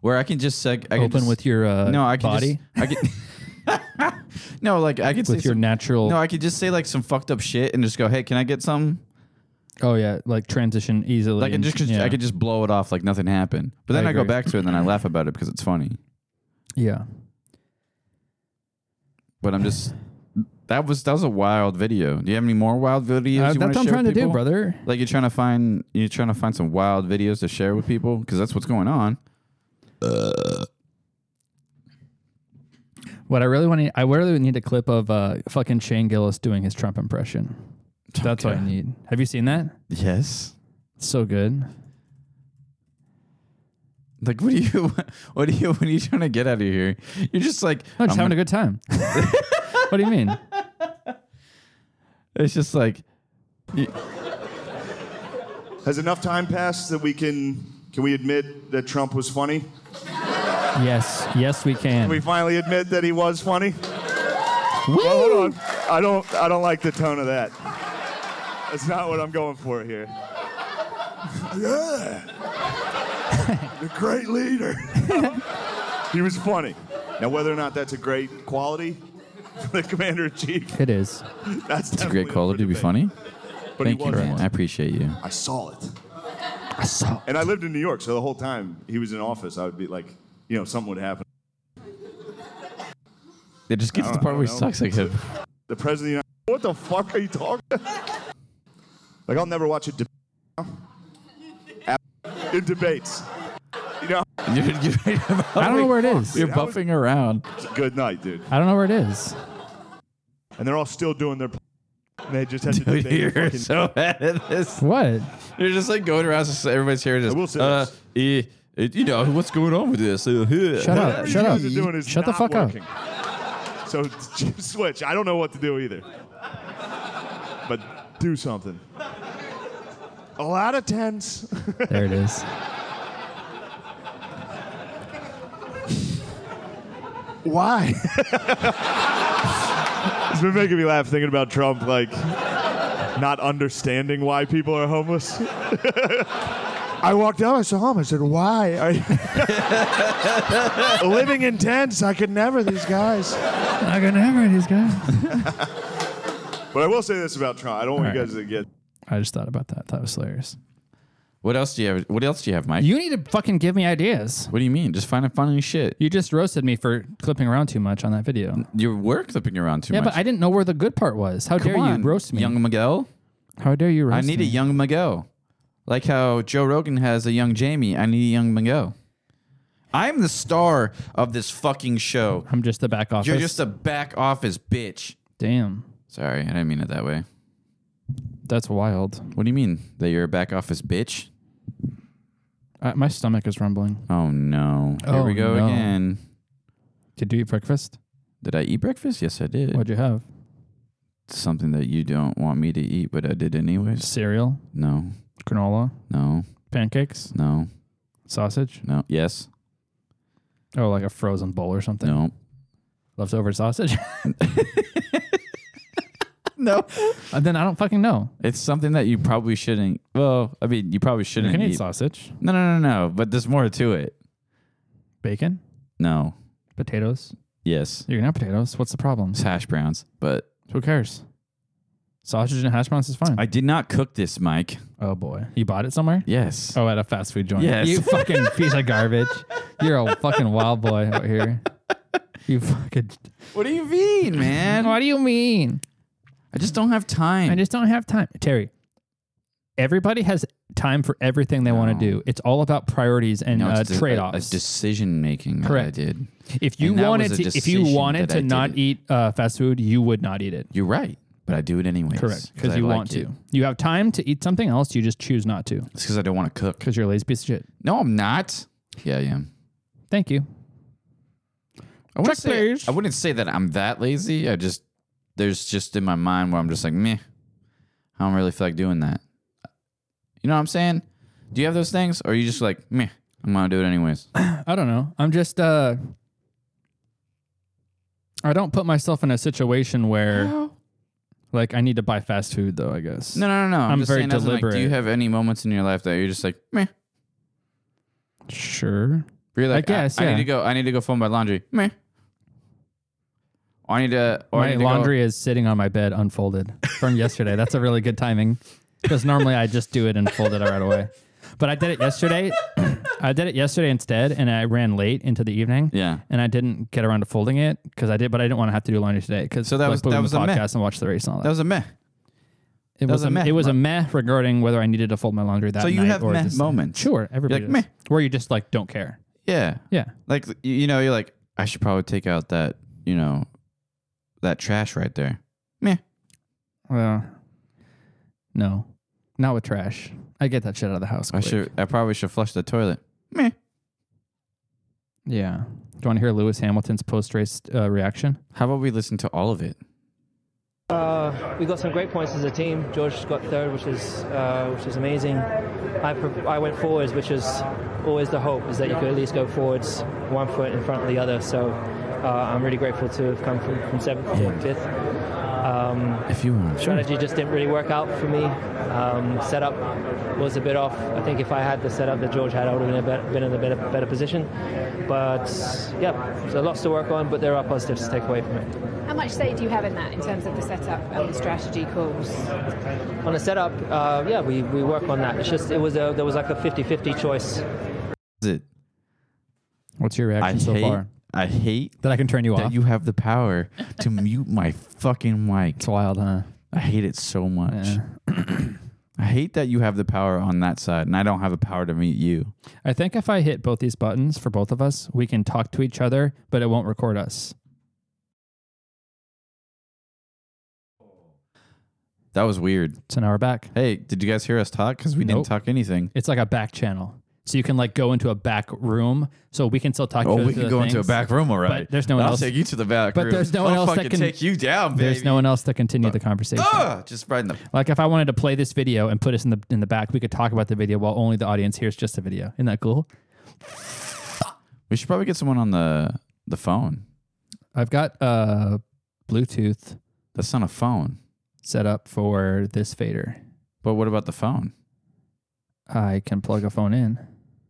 S2: where I can just seg- I can
S1: Oh. Open
S2: just-
S1: with your uh,
S2: no, I can
S1: body,
S2: Just, I can. no, like I could say
S1: with your
S2: some-
S1: natural.
S2: No, I could just say like some fucked up shit and just go, "Hey, can I get some?"
S1: oh yeah, like transition easily.
S2: Like I
S1: and-
S2: just
S1: yeah.
S2: I could just blow it off like nothing happened. But then
S1: I
S2: I, go
S1: agree.
S2: back to it and then I laugh about it because it's funny.
S1: yeah. Uh,
S2: But I'm just that was that was a wild video. Do you have any more wild videos?
S1: Uh,
S2: you wanna
S1: that's what I'm
S2: share with
S1: trying to do,
S2: people?
S1: brother.
S2: Like you're trying to find you're trying to find some wild videos to share with people because that's what's going on.
S1: Uh, What I really want to, I really need a clip of uh, fucking Shane Gillis doing his Trump impression. That's what I
S2: Okay.
S1: need. Have you seen that?
S2: Yes.
S1: So good.
S2: Like what do you what do you what are you trying to get out of here? You're just like
S1: I'm just
S2: I'm
S1: having a good time. what do you mean?
S2: It's just like
S14: Has enough time passed that we can can we admit that Trump was funny?
S1: Yes, yes, we
S14: Can
S1: can.
S14: we finally admit that he was funny? Well, hold on. I don't I don't like the tone of that. That's not what I'm going for here. Yeah. the great leader. he was funny. Now whether or not that's a great quality for the commander in chief,
S1: It is.
S14: that's
S2: it's a
S14: definitely
S2: great caller to be
S14: debate.
S2: funny.
S14: But he
S2: Thank you,
S14: was
S2: man.
S14: funny.
S2: I appreciate you.
S14: I saw it.
S1: I saw.
S14: And I lived in New York, so the whole time he was in office, I would be like, you know, something would happen.
S2: It just gets to the
S14: I
S2: part
S14: don't
S2: where he
S14: know.
S2: sucks like him.
S14: The president of the United What the fuck are you talking Like I'll never watch a debate in debates. You know,
S1: I don't know where it is.
S14: You're buffing
S2: around.
S14: It's a good night, dude.
S1: I don't know where it is.
S14: And they're all still doing their. and They just had to
S2: Dude,
S14: debate
S2: you're
S14: fucking-
S2: so bad at this.
S1: What?
S2: You're just like going around. Just, everybody's here. Just, I will say uh, eh, eh, you know what's going on with this? Uh, huh.
S1: Shut up.
S14: Whatever
S1: Shut
S14: you
S1: up.
S14: guys are doing is
S1: Shut the
S14: not
S1: fuck up.
S14: working. So switch. I don't know what to do either. But do something. A lot of tens.
S1: There it is.
S14: Why? it's been making me laugh thinking about Trump, like not understanding why people are homeless. I walked out, I saw him, I said, Why are you living in tents? I could never, these guys.
S1: I can never these guys.
S14: But I will say this about Trump. I don't want you
S1: All
S14: guys to get
S1: I just thought about that. That was hilarious.
S2: What else do you have? What else do you have, Mike?
S1: You need to fucking give me ideas.
S2: What do you mean? Just find a funny shit.
S1: You just roasted me for clipping around too much on that video.
S2: You were clipping around too
S1: yeah,
S2: much.
S1: but I didn't know where the good part was. How
S2: Come
S1: dare
S2: on,
S1: you roast me?
S2: young Miguel?
S1: How dare you
S2: I
S1: roast
S2: need
S1: me?
S2: a young Miguel, like how Joe Rogan has a young Jamie. I need a young Miguel. I'm the star of this fucking show.
S1: I'm just the back office.
S2: You're just a back office bitch.
S1: Damn.
S2: Sorry, I didn't mean it that way.
S1: That's wild.
S2: What do you mean that you're a back office bitch?
S1: Uh, my stomach is rumbling.
S2: Oh no! Here
S1: Oh,
S2: we go
S1: no.
S2: again.
S1: Did you eat breakfast?
S2: Did I eat breakfast? Yes, I did.
S1: What'd you have?
S2: Something that you don't want me to eat, but I did anyways.
S1: Cereal,
S2: No,
S1: granola,
S2: no,
S1: pancakes,
S2: no,
S1: sausage.
S2: no. Yes,
S1: Oh, like a frozen bowl or something.
S2: no,
S1: Leftover sausage.
S2: no.
S1: and Uh, then I don't fucking know.
S2: It's something that you probably shouldn't. Well, I mean, you probably
S1: You
S2: shouldn't
S1: can eat
S2: eat.
S1: sausage,
S2: No, no, no, no. But there's more to it.
S1: bacon,
S2: No.
S1: potatoes.
S2: Yes.
S1: You can have potatoes. What's the problem?
S2: It's hash browns, but
S1: Who cares? Sausage and hash browns is fine.
S2: I did not cook this, Mike.
S1: oh boy, you bought it somewhere?
S2: Yes.
S1: Oh, at a fast food joint.
S2: Yes.
S1: You fucking piece of garbage. You're a fucking wild boy out here. You fucking.
S2: What do you mean, man?
S1: What do you mean?
S2: I just don't have time.
S1: I just don't have time. Terry, everybody has time for everything they want
S2: No.
S1: to do. It's all about priorities and
S2: No,
S1: uh,
S2: it's a-
S1: trade
S2: A,
S1: offs.
S2: decision making.
S1: Correct.
S2: That I did.
S1: if you
S2: and that
S1: wanted
S2: was a
S1: to, if you
S2: decision
S1: wanted
S2: that I
S1: to not
S2: did.
S1: eat uh, fast food, you would not eat it.
S2: You're right, but I do it anyways.
S1: Correct, because
S2: I
S1: you
S2: like
S1: want
S2: it.
S1: to. You have time to eat something else. You just choose not to
S2: It's because I don't want to cook.
S1: because you're a lazy piece of shit.
S2: No, I'm not. Yeah, I am.
S1: Thank you.
S2: I wouldn't,
S1: Check,
S2: say,
S1: please.
S2: I wouldn't say that I'm that lazy. I just there's just in my mind where I'm just like meh. I don't really feel like doing that. You know what I'm saying? Do you have those things, or are you just like meh? I'm gonna do it anyways.
S1: I don't know. I'm just uh I don't put myself in a situation where like I need to buy fast food though, I guess.
S2: No, no, no, no. I'm,
S1: I'm
S2: just
S1: very
S2: saying, as in, Like, do you
S1: deliberate.
S2: have any moments in your life that you're just like, meh?
S1: Sure.
S2: Where you're
S1: I
S2: like,
S1: guess,
S2: I,
S1: yeah.
S2: need to go. I need to go fold my laundry. Meh. Or I need to. Or Oh, I
S1: My
S2: need to go-
S1: laundry is sitting on my bed unfolded from yesterday. That's a really good timing because normally I just do it and fold it right away. But I did it yesterday. I did it yesterday instead, and I ran late into the evening.
S2: Yeah.
S1: and I didn't get around to folding it because I did, but I didn't want to have to do laundry today because
S2: So that was- that was
S1: the
S2: a meh.
S1: podcast and watch the race and all that.
S2: That was a meh.
S1: It
S2: That
S1: was,
S2: was a
S1: a,
S2: meh
S1: it was a
S2: mo-
S1: meh regarding whether I needed to fold my laundry that
S2: So you
S1: night
S2: have
S1: or
S2: meh
S1: this-
S2: moments.
S1: Sure, everybody
S2: like,
S1: does.
S2: meh.
S1: Where you just like don't care.
S2: Yeah.
S1: Yeah.
S2: Like you- you know, you're like, I should probably take out that you know, that trash right there.
S1: Well, no, not with trash. I get that shit out of the house.
S2: I
S1: quick.
S2: should. I probably should flush the toilet.
S1: Yeah. Do you want to hear Lewis Hamilton's post race uh, reaction?
S2: How about we listen to all of it?
S15: Uh, we got some great points as a team. George got third, which is uh, which is amazing. I pro- I went forwards, which is always the hope, is that you could at least go forwards one foot in front of the other. So uh, I'm really grateful to have come from, from seventh to fifth. Um,
S2: If you want.
S15: strategy just didn't really work out for me. Um, setup was a bit off. I think if I had the setup that George had, I would have been, a bet- been in a better, better position. But yeah, so lots to work on, but there are positives to take away from it.
S16: How much say do you have in that in terms of the setup and the strategy calls?
S15: on the setup, uh, yeah, we, we work on that. It's just it was a there was like a 50-50 choice.
S2: Is it?
S1: What's your reaction
S2: I
S1: so
S2: hate.
S1: far?
S2: I hate
S1: That I can turn you
S2: that
S1: off.
S2: you have the power to mute my fucking mic.
S1: it's wild, huh?
S2: I hate it so much.
S1: Yeah.
S2: I hate that you have the power on that side and I don't have the power to meet you.
S1: I think if I hit both these buttons for both of us, we can talk to each other, but it won't record us.
S2: That was weird.
S1: It's an hour back.
S2: Hey, did you guys hear us talk? Because we
S1: Nope.
S2: didn't talk anything.
S1: It's like a back channel. So you can like go into a back room, so we can still talk.
S2: Oh,
S1: to
S2: we can go into a back room
S1: already.
S2: already.
S1: But there's no one
S2: I'll
S1: else.
S2: take you to the back
S1: But
S2: room.
S1: there's no one
S2: I'll
S1: else that
S2: fucking
S1: can
S2: take you down,
S1: There's
S2: baby.
S1: no one else to continue the conversation.
S2: Ah, just right in the
S1: Like if I wanted to play this video and put us in the in the back, we could talk about the video while only the audience hears just the video. Isn't that cool?
S2: We should probably get someone on the the phone.
S1: I've got uh Bluetooth.
S2: That's not a phone.
S1: Set up for this fader.
S2: But what about the phone?
S1: I can plug a phone in.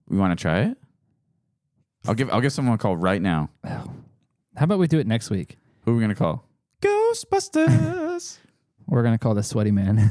S2: We want to try it? I'll give I'll give someone a call right now.
S1: How about we do it next week?
S2: Who are we gonna call?
S1: Ghostbusters. We're gonna call the sweaty man.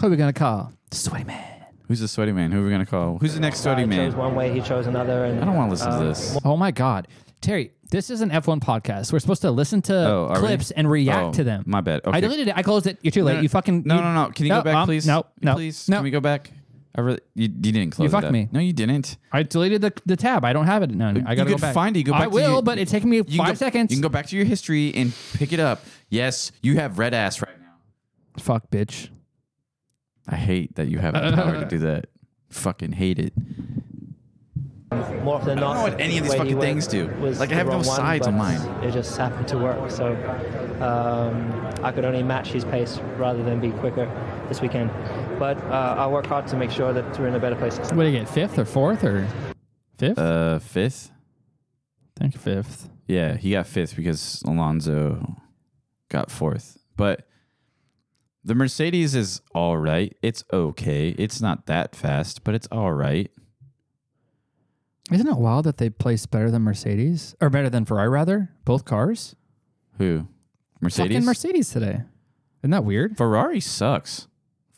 S1: Who are we gonna call? The sweaty man.
S2: Who's the sweaty man? Who are we gonna call? Who's the next sweaty
S15: He chose
S2: man?
S15: one way, he chose another. And,
S2: I don't want to listen to this.
S1: Oh my God, Terry, this is an F1 podcast. We're supposed to listen to
S2: Oh, are we?
S1: clips and react
S2: Oh,
S1: to them.
S2: My bad. Okay.
S1: I deleted it. I closed it. You're too
S2: No,
S1: late.
S2: no,
S1: you fucking.
S2: No,
S1: you-
S2: no, no. Can you
S1: No,
S2: go back,
S1: um,
S2: please?
S1: No, no,
S2: Please.
S1: no.
S2: Can we go back? I really you, you didn't close.
S1: You
S2: it
S1: fucked
S2: up.
S1: me.
S2: No, you didn't.
S1: I deleted the, the tab. I don't have it now. I gotta
S2: you
S1: go
S2: could
S1: back.
S2: find it. You go
S1: I
S2: back to
S1: will,
S2: your-
S1: but it takes me
S2: You can
S1: five
S2: go-
S1: seconds.
S2: You can go back to your history and pick it up. Yes, you have red ass right now.
S1: Fuck, bitch.
S2: I hate that you have the power to do that. Fucking hate it.
S15: More often than
S2: I don't
S15: not,
S2: know what any of these
S15: the way he
S2: fucking
S15: went
S2: things do.
S15: was
S2: Like, I
S15: the
S2: have no
S15: wrong one,
S2: sides on
S15: but
S2: mine.
S15: It just happened to work, so um, I could only match his pace rather than be quicker this weekend. But uh, I'll work hard to make sure that we're in a better place. next time.
S1: What do you get? Fifth or fourth or fifth?
S2: Uh, fifth.
S1: think fifth.
S2: Yeah, he got fifth because Alonso got fourth. But the Mercedes is all right. It's okay. It's not that fast, but it's all right.
S1: Isn't it wild that they place better than Mercedes or better than Ferrari rather? Both cars.
S2: Who? Mercedes.
S1: Fucking Mercedes today. Isn't that weird?
S2: Ferrari sucks.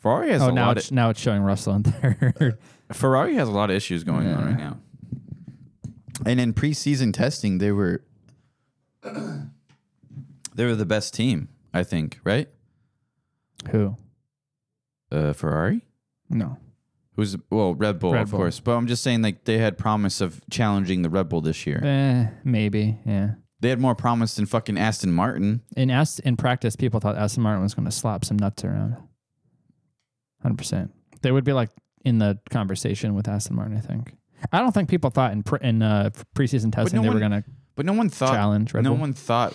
S2: Ferrari has
S1: oh,
S2: a
S1: now
S2: lot.
S1: it's, now it's showing Russell in third.
S2: Of, Ferrari has a lot of issues going on right now. And in preseason testing, they were they were the best team, I think. Right?
S1: Who?
S2: Uh, Ferrari.
S1: No.
S2: Who's well Red Bull,
S1: Red
S2: of
S1: Bull.
S2: course. But I'm just saying, like they had promise of challenging the Red Bull this year.
S1: Eh, maybe. Yeah.
S2: They had more promise than fucking Aston Martin.
S1: In Ast- in practice, people thought Aston Martin was going to slap some nuts around. Hundred percent. They would be like in the conversation with Aston Martin. I think. I don't think people thought in pre- in uh, preseason testing
S2: no
S1: they were
S2: one-
S1: going to.
S2: But no one thought
S1: Challenge Red
S2: no
S1: Bull.
S2: one thought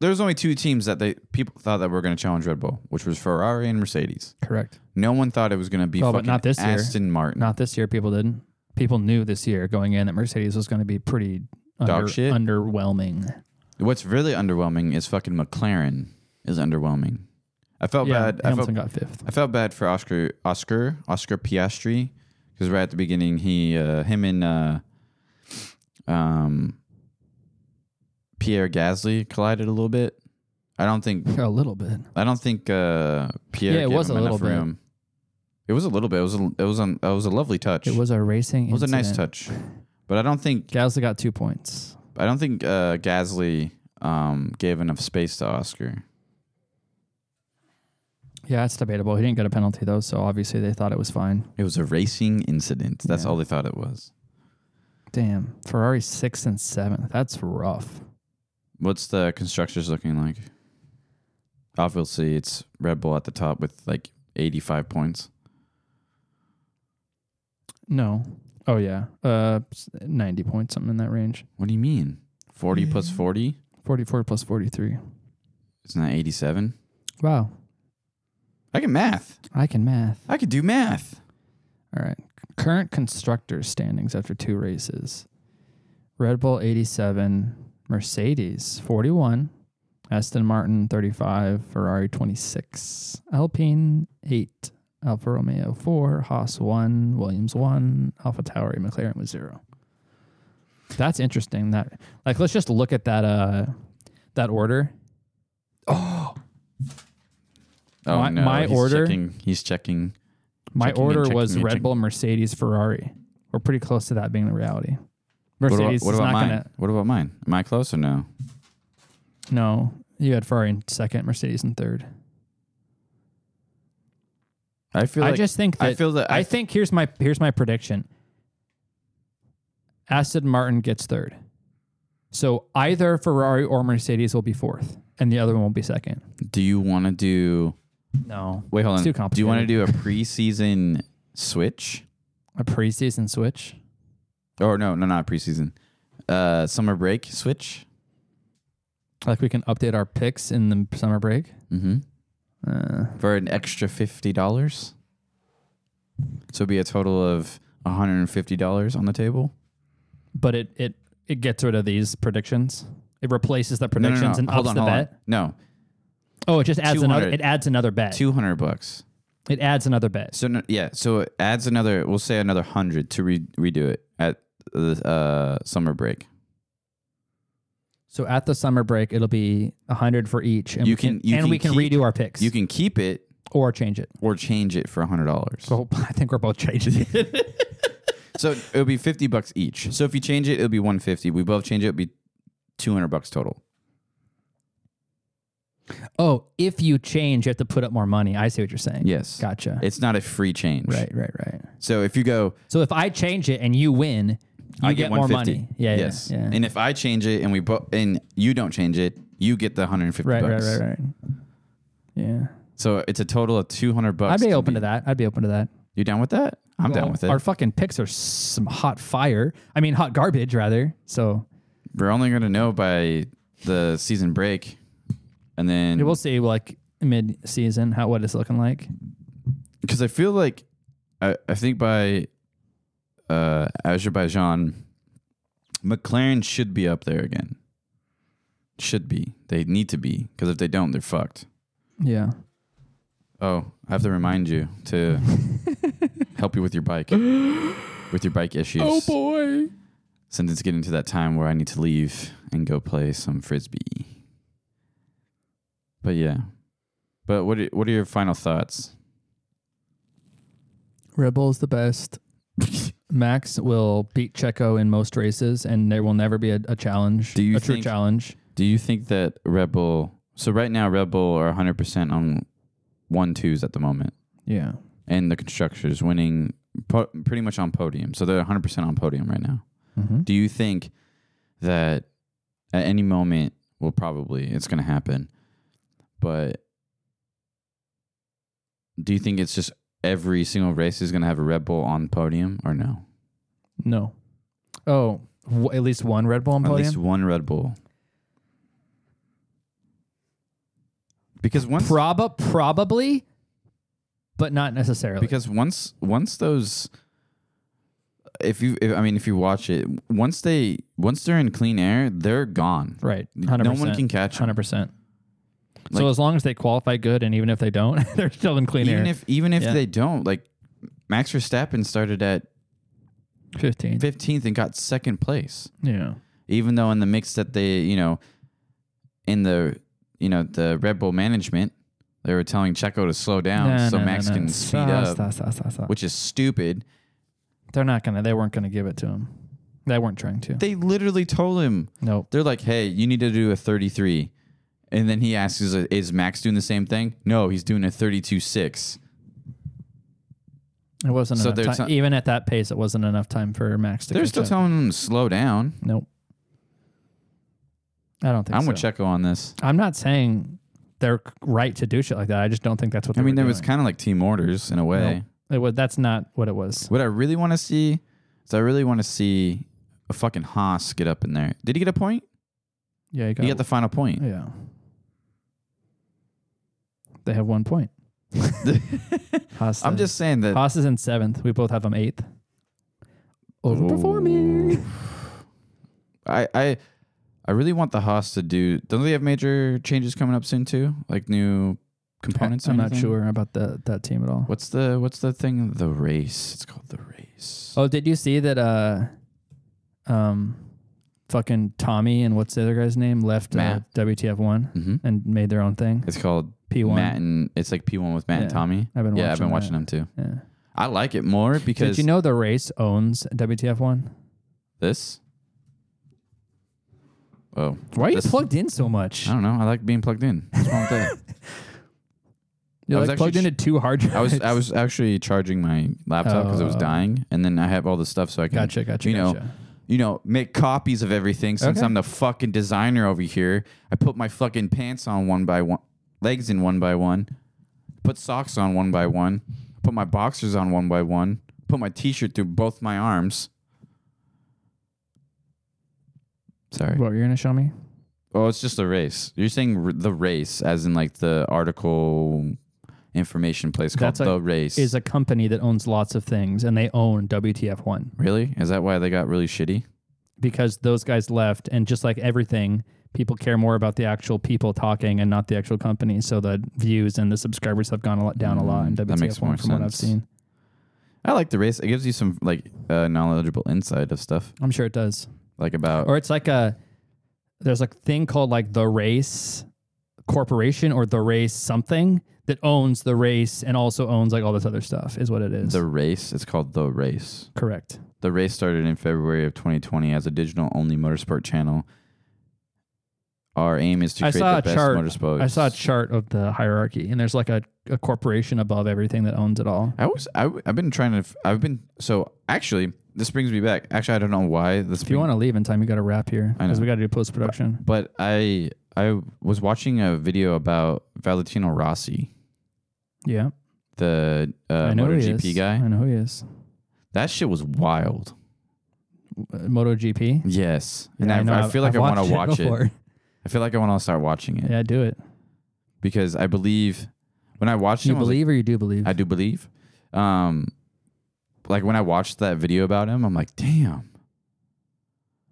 S2: there was only two teams that they people thought that were going to challenge Red Bull, which was Ferrari and Mercedes.
S1: Correct.
S2: No one thought it was going to be
S1: Oh, but
S2: fucking
S1: not this year.
S2: Aston Martin.
S1: Not this year. People didn't. People knew this year going in that Mercedes was going to be pretty
S2: Dog
S1: under,
S2: shit.
S1: underwhelming.
S2: What's really underwhelming is fucking McLaren is underwhelming. I felt
S1: Yeah,
S2: bad.
S1: Hamilton
S2: I felt,
S1: got fifth.
S2: I felt bad for Oscar Oscar Oscar Piastri because right at the beginning he uh, him and uh, um Pierre Gasly collided a little bit. I don't think
S1: A little bit.
S2: I don't think uh, Pierre.
S1: Yeah, it
S2: gave
S1: was
S2: him
S1: a little
S2: enough
S1: bit.
S2: room. It was a little bit. It was a, it was an, it was a lovely touch.
S1: It was a racing.
S2: It was a nice
S1: incident.
S2: touch, but I don't think
S1: Gasly got two points.
S2: I don't think uh, Gasly um, gave enough space to Oscar.
S1: Yeah, it's debatable. He didn't get a penalty though, so obviously they thought it was fine.
S2: It was a racing incident. That's
S1: Yeah.
S2: all they thought it was.
S1: Damn, Ferrari sixth and seventh. That's rough.
S2: What's the constructors looking like? Obviously, it's Red Bull at the top with like eighty-five points.
S1: No. Oh yeah. Uh, s- ninety points, something in that range.
S2: What do you mean? Forty plus forty?
S1: Forty-four plus forty-three.
S2: Isn't that eighty-seven?
S1: Wow,
S2: I can math.
S1: I can math.
S2: I could do math.
S1: All right. Current constructors standings after two races. Red Bull 87, Mercedes 41, Aston Martin 35, Ferrari 26, Alpine 8, Alfa Romeo 4, Haas 1, Williams 1, Alpha Tauri, McLaren was 0. That's interesting that like let's just look at that uh that order.
S2: Oh
S1: My-
S2: no!
S1: my
S2: he's
S1: order-
S2: Checking, he's checking.
S1: My
S2: checking and
S1: order
S2: checking
S1: was
S2: and
S1: Red
S2: checking.
S1: Bull, Mercedes, Ferrari. We're pretty close to that being the reality.
S2: What about,
S1: Mercedes
S2: what
S1: is
S2: about
S1: not
S2: mine?
S1: going to
S2: What about mine? Am I close or no?
S1: No, you had Ferrari in second, Mercedes in third.
S2: I feel.
S1: I
S2: like-
S1: just think that
S2: I feel that.
S1: I think here's my here's my prediction. Aston Martin gets third, so either Ferrari or Mercedes will be fourth, and the other one will be second.
S2: Do you want to do?
S1: No.
S2: Wait, hold
S1: It's
S2: on.
S1: too
S2: Do you want to
S1: complicated.
S2: do a preseason switch?
S1: A preseason switch?
S2: Or no, no, not preseason. Uh, summer break switch.
S1: Like we can update our picks in the summer break.
S2: Mm-hmm. For an extra fifty dollars. So it'd be a total of one hundred and fifty dollars on the table.
S1: but it it it gets rid of these predictions. It replaces the
S2: No, no, no,
S1: predictions
S2: no.
S1: and ups
S2: Hold on,
S1: the
S2: hold on.
S1: bet.
S2: No,
S1: Oh, it just adds another.
S2: 200.
S1: It adds another bet.
S2: two hundred bucks.
S1: It adds another bet.
S2: So no, yeah, so it adds another. We'll say another hundred to re- redo it at the uh, summer break.
S1: So at the summer break, it'll be a hundred for each, and
S2: you
S1: we
S2: can,
S1: can,
S2: you
S1: and we can
S2: keep-
S1: redo our picks.
S2: You can keep it
S1: or change it
S2: or change it for hundred dollars.
S1: So I think we're both changing it.
S2: So it would be fifty bucks each. So if you change it, it'll be one fifty. We both change it, it'll be two hundred bucks total.
S1: oh, if you change, you have to put up more money. I see what you're saying.
S2: Yes,
S1: gotcha.
S2: It's not a free change.
S1: Right, right, right.
S2: So if you go,
S1: So if I change it and you win, you
S2: I
S1: get,
S2: get,
S1: more
S2: 150.
S1: money. Yeah, yeah,
S2: yes.
S1: yeah.
S2: And if I change it and we both and you don't change it, you get the one hundred and fifty.
S1: Right, right,
S2: bucks.
S1: right, right. Yeah,
S2: So it's a total of two hundred bucks.
S1: I'd be
S2: to
S1: open to that. I'd be open to that.
S2: You down with that? I'm
S1: Well,
S2: down with it.
S1: Our fucking picks are some hot fire. I mean, hot garbage rather. So
S2: We're only gonna know by the season break, and then
S1: we'll see, like mid season, how what it's looking like.
S2: because I feel like I, I think by uh, Azerbaijan, McLaren should be up there again. Should be. They need to be because if they don't, they're fucked.
S1: Yeah.
S2: Oh, I have to remind you to help you with your bike, with your bike issues.
S1: boy.
S2: Since it's getting to that time where I need to leave and go play some frisbee. But yeah. But what are, what are your final thoughts?
S1: Red Bull's the best. Max will beat Checo in most races, and there will never be a, a challenge.
S2: Do you
S1: a true
S2: think-
S1: challenge?
S2: Do you think that Red Bull? So right now, Red Bull are 100 percent on one twos at the moment,
S1: Yeah.
S2: and the constructors winning po- pretty much on podium. So they're 100 percent on podium right now.
S1: Mhm.
S2: Do you think that at any moment, well, probably it's going to happen, but do you think it's just every single race is going to have a Red Bull on podium or no?
S1: No. Oh, w- at least one Red Bull on
S2: At
S1: podium.
S2: least one Red Bull. Because once
S1: Proba- probably, but not necessarily.
S2: Because once once those if you if, I mean if you watch it once they once they're in clean air they're gone
S1: Right.
S2: no one
S1: 100%.
S2: can catch 'em.
S1: Hundred percent.
S2: Like-
S1: so as long as they qualify good, and even if they don't, they're still in clean
S2: even
S1: air.
S2: if even if
S1: Yeah.
S2: they don't like Max Verstappen started at
S1: 15.
S2: 15th and got second place
S1: Yeah.
S2: even though in the mix that they you know in the you know the Red Bull management they were telling Checo to slow down
S1: No,
S2: so
S1: no, no,
S2: Max
S1: no.
S2: can speed
S1: Stop,
S2: up
S1: stop, stop, stop, stop.
S2: which is stupid
S1: They're not gonna. They weren't gonna give it to him. They weren't trying to.
S2: They literally told him.
S1: No.
S2: They're like, hey, you need to do a 33. And then he asks, is, is Max doing the same thing? No, he's doing a 32 6.
S1: It wasn't
S2: So they're
S1: enough time.
S2: t-
S1: even at that pace, it wasn't enough time for Max to.
S2: They're
S1: catch
S2: still
S1: up.
S2: telling him to slow down.
S1: Nope. I don't think.
S2: I'm
S1: so.
S2: with Checo on this.
S1: I'm not saying they're c- right to do shit like that. I just don't think that's what. They
S2: I mean,
S1: were
S2: there
S1: doing.
S2: was kind of like team orders in a way.
S1: Nope. It was. That's not what it was.
S2: What I really want to see is I really want to see a fucking Haas get up in there. Did he get a point?
S1: Yeah, you got,
S2: He got the final point.
S1: Yeah. They have one point. Haas
S2: I'm
S1: is-
S2: just saying that-
S1: Haas is in seventh. We both have them eighth. Overperforming.
S2: I, I I really want the Haas to do. Don't they have major changes coming up soon too? Like new components? or
S1: I'm not
S2: anything?
S1: sure about the, that team at all.
S2: What's the what's the thing? The race. It's called the race.
S1: Oh, did you see that? Uh, um, fucking Tommy and what's the other guy's name left uh,
S2: Matt.
S1: WTF one
S2: Mhm.
S1: and made their own thing.
S2: It's called
S1: P1.
S2: Matt and it's like P one with Matt and
S1: Yeah.
S2: Tommy.
S1: I've been
S2: yeah, I've
S1: watching
S2: been watching
S1: that.
S2: them too.
S1: Yeah.
S2: I like it more because
S1: Did you know the race owns WTF one?
S2: this. Oh,
S1: Why are you
S2: this-
S1: plugged in so much?
S2: I don't know. I like being plugged in. What's wrong with that?
S1: You're
S2: I was
S1: like
S2: actually
S1: plugged
S2: ch-
S1: into two hard drives.
S2: I was I was actually charging my laptop because it was
S1: Oh.
S2: dying, and then I have all the stuff so I can
S1: Gotcha, gotcha,
S2: you know
S1: gotcha.
S2: you know make copies of everything. Since
S1: Okay.
S2: I'm the fucking designer over here, I put my fucking pants on one by one, legs in one by one, put socks on one by one, put my boxers on one by one, put my t-shirt through both my arms. Sorry.
S1: What you're gonna show me?
S2: Oh, it's just a race. You're saying r- the race, as in like the article information place called
S1: a-
S2: the race.
S1: is a company that owns lots of things, and they own WTF One.
S2: Really? Is that why they got really shitty?
S1: because those guys left and just like everything people care more about the actual people talking and not the actual company so the views and the subscribers have gone a lot down a lot in
S2: Mm,
S1: WTF
S2: that makes more
S1: from what i've
S2: sense.
S1: seen
S2: I like the race. It gives you some like uh, knowledgeable insight of stuff,
S1: i'm sure it does
S2: like about
S1: or it's like a there's a thing called like the race corporation or the race something that owns the race and also owns like all this other stuff is what it is
S2: the race. It's called the race.
S1: Correct.
S2: The race started in February of 2020 as a digital-only motorsport channel. Our aim is to
S1: I
S2: create
S1: saw
S2: the
S1: a
S2: best
S1: chart.
S2: motorsports.
S1: I saw a chart of the hierarchy, and there's like a, a corporation above everything that owns it all.
S2: I was I, have been trying to f- I've been so actually this brings me back. Actually, I don't know why this.
S1: If you want to leave in time, you got to wrap here
S2: I
S1: because
S2: know.
S1: we got to do post production.
S2: But I I was watching a video about Valentino Rossi,
S1: Yeah,
S2: the uh,
S1: I know who he
S2: MotoGP
S1: is.
S2: guy.
S1: I know who he is.
S2: That shit was wild.
S1: Uh, MotoGP.
S2: Yes, and
S1: Yeah, I
S2: I,
S1: know.
S2: I,
S1: I've-
S2: feel like
S1: I've
S2: I want
S1: watched
S2: to
S1: it
S2: watch it.
S1: before.
S2: I feel like I want to start watching it
S1: Yeah, do it.
S2: because I believe when I watched
S1: You
S2: him, I was like-
S1: believe or you do believe?
S2: I do believe. Um, like when I watched that video about him, I'm like, damn,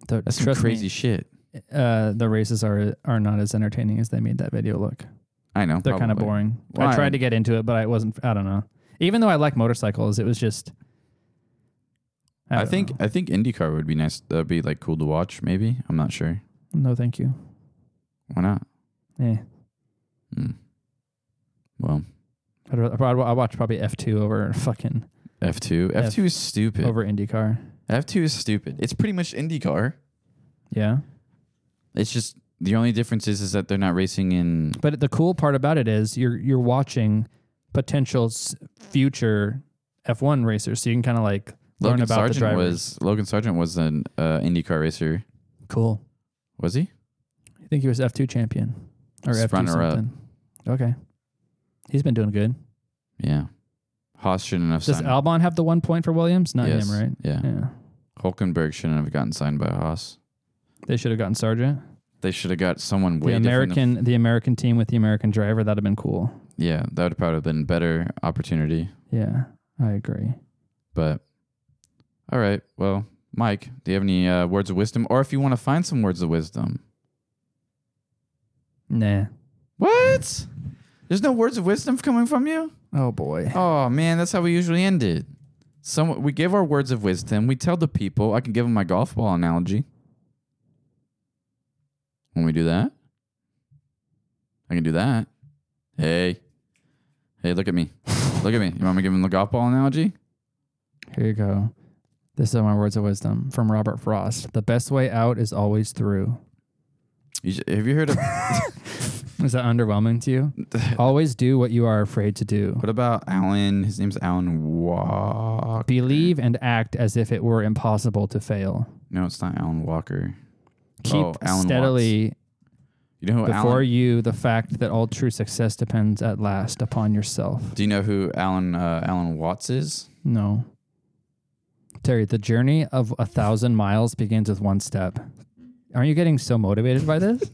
S1: The-
S2: that's some
S1: trust me,
S2: crazy shit.
S1: Uh, the races are are not as entertaining as they made that video look.
S2: I know
S1: They're kind of
S2: probably.
S1: boring. I
S2: Why?
S1: tried to get into it, but I wasn't. I don't know. Even though I like motorcycles, it was just.
S2: I,
S1: don't
S2: think I think IndyCar would be nice. That'd be like cool to watch. Maybe I'm not sure.
S1: No, thank you. Eh.
S2: Why not?
S1: Yeah.
S2: Hmm. Well,
S1: I'd, rather- I'd, probably- I'd watch probably F two over fucking
S2: F two. F two is stupid.
S1: over IndyCar.
S2: F two is stupid. It's pretty much IndyCar.
S1: Yeah.
S2: It's just the only difference is is that they're not racing in.
S1: But the cool part about it is you're you're watching potential s- future F one racers, so you can kind of like learn
S2: Logan
S1: about
S2: Sargent
S1: the drivers.
S2: was Logan Sargent was an uh, IndyCar racer.
S1: cool.
S2: Was he?
S1: I think he was F two champion or
S2: He's
S1: F two
S2: runner up.
S1: something. Okay, he's been doing good.
S2: Yeah. Haas shouldn't have
S1: Does
S2: signed.
S1: Albon have the one point for Williams? Not
S2: Yes.
S1: him, right?
S2: Yeah.
S1: Yeah.
S2: Hulkenberg shouldn't have gotten signed by Haas.
S1: They should have gotten Sargent.
S2: They should have got someone way
S1: The
S2: different than-
S1: American, the American team with the American driver, that'd have been cool.
S2: yeah, that would probably have been a better opportunity.
S1: Yeah, I agree.
S2: But all right, well, Mike, do you have any uh, words of wisdom, or if you want to find some words of wisdom?
S1: Nah.
S2: What? There's no words of wisdom coming from you.
S1: Oh boy.
S2: Oh man, that's how we usually end it. Some we give our words of wisdom. We tell the people. I can give them my golf ball analogy. When we do that, I can do that. Hey, hey, look at me, look at me. You want me to give them the golf ball analogy?
S1: Here you go. This is my words of wisdom from Robert Frost. The best way out is always through.
S2: You, sh- have you heard of?
S1: Is that underwhelming to you? always do what you are afraid to do.
S2: what about Alan? His name's Alan Walker.
S1: Believe and act as if it were impossible to fail.
S2: No, it's not Alan Walker.
S1: Keep
S2: Oh, Alan
S1: steadily
S2: You know who
S1: before
S2: Alan?
S1: you the fact that all true success depends at last upon yourself.
S2: Do you know who Alan uh, Alan Watts is?
S1: No. Terry, the journey of a thousand miles begins with one step. Aren't you getting so motivated by this?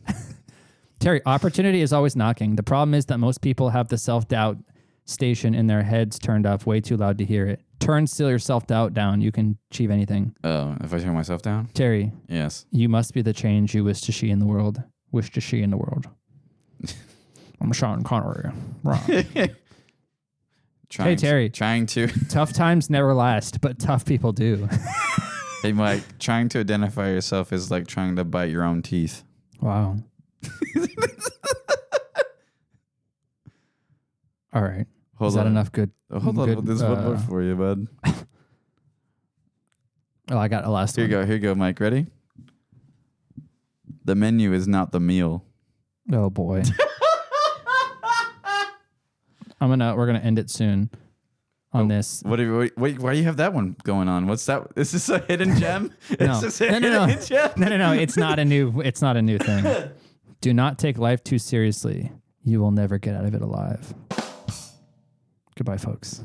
S1: Terry, opportunity is always knocking. The problem is that most people have the self doubt station in their heads turned up way too loud to hear it. Turn still your self doubt down. You can achieve anything.
S2: Oh, if I turn myself down.
S1: Terry,
S2: Yes.
S1: you must be the change you wish to see in the world. Wish to see in the world. I'm Sean Connery. Right.
S2: Trying to-
S1: Terry.
S2: trying to.
S1: tough times never last, but tough people do.
S2: Hey, Mike, trying to identify yourself is like trying to bite your own teeth.
S1: Wow. All right.
S2: Hold
S1: Is that
S2: on. Oh,
S1: enough good?
S2: Hold on,
S1: good,
S2: there's one more
S1: uh,
S2: for you, bud.
S1: Oh, I got a last
S2: Here you
S1: one.
S2: go. Here you go, Mike. Ready? The menu is not the meal.
S1: Oh boy. I'm gonna we're gonna end it soon
S2: Oh.
S1: on this.
S2: What, do- what, what? Why do you have that one going on? What's that? Is this a hidden gem?
S1: No.
S2: Is this a
S1: no, no, no,
S2: hidden gem?
S1: no, no, no. It's not a new. It's not a new thing. Do not take life too seriously. You will never get out of it alive. Goodbye, folks.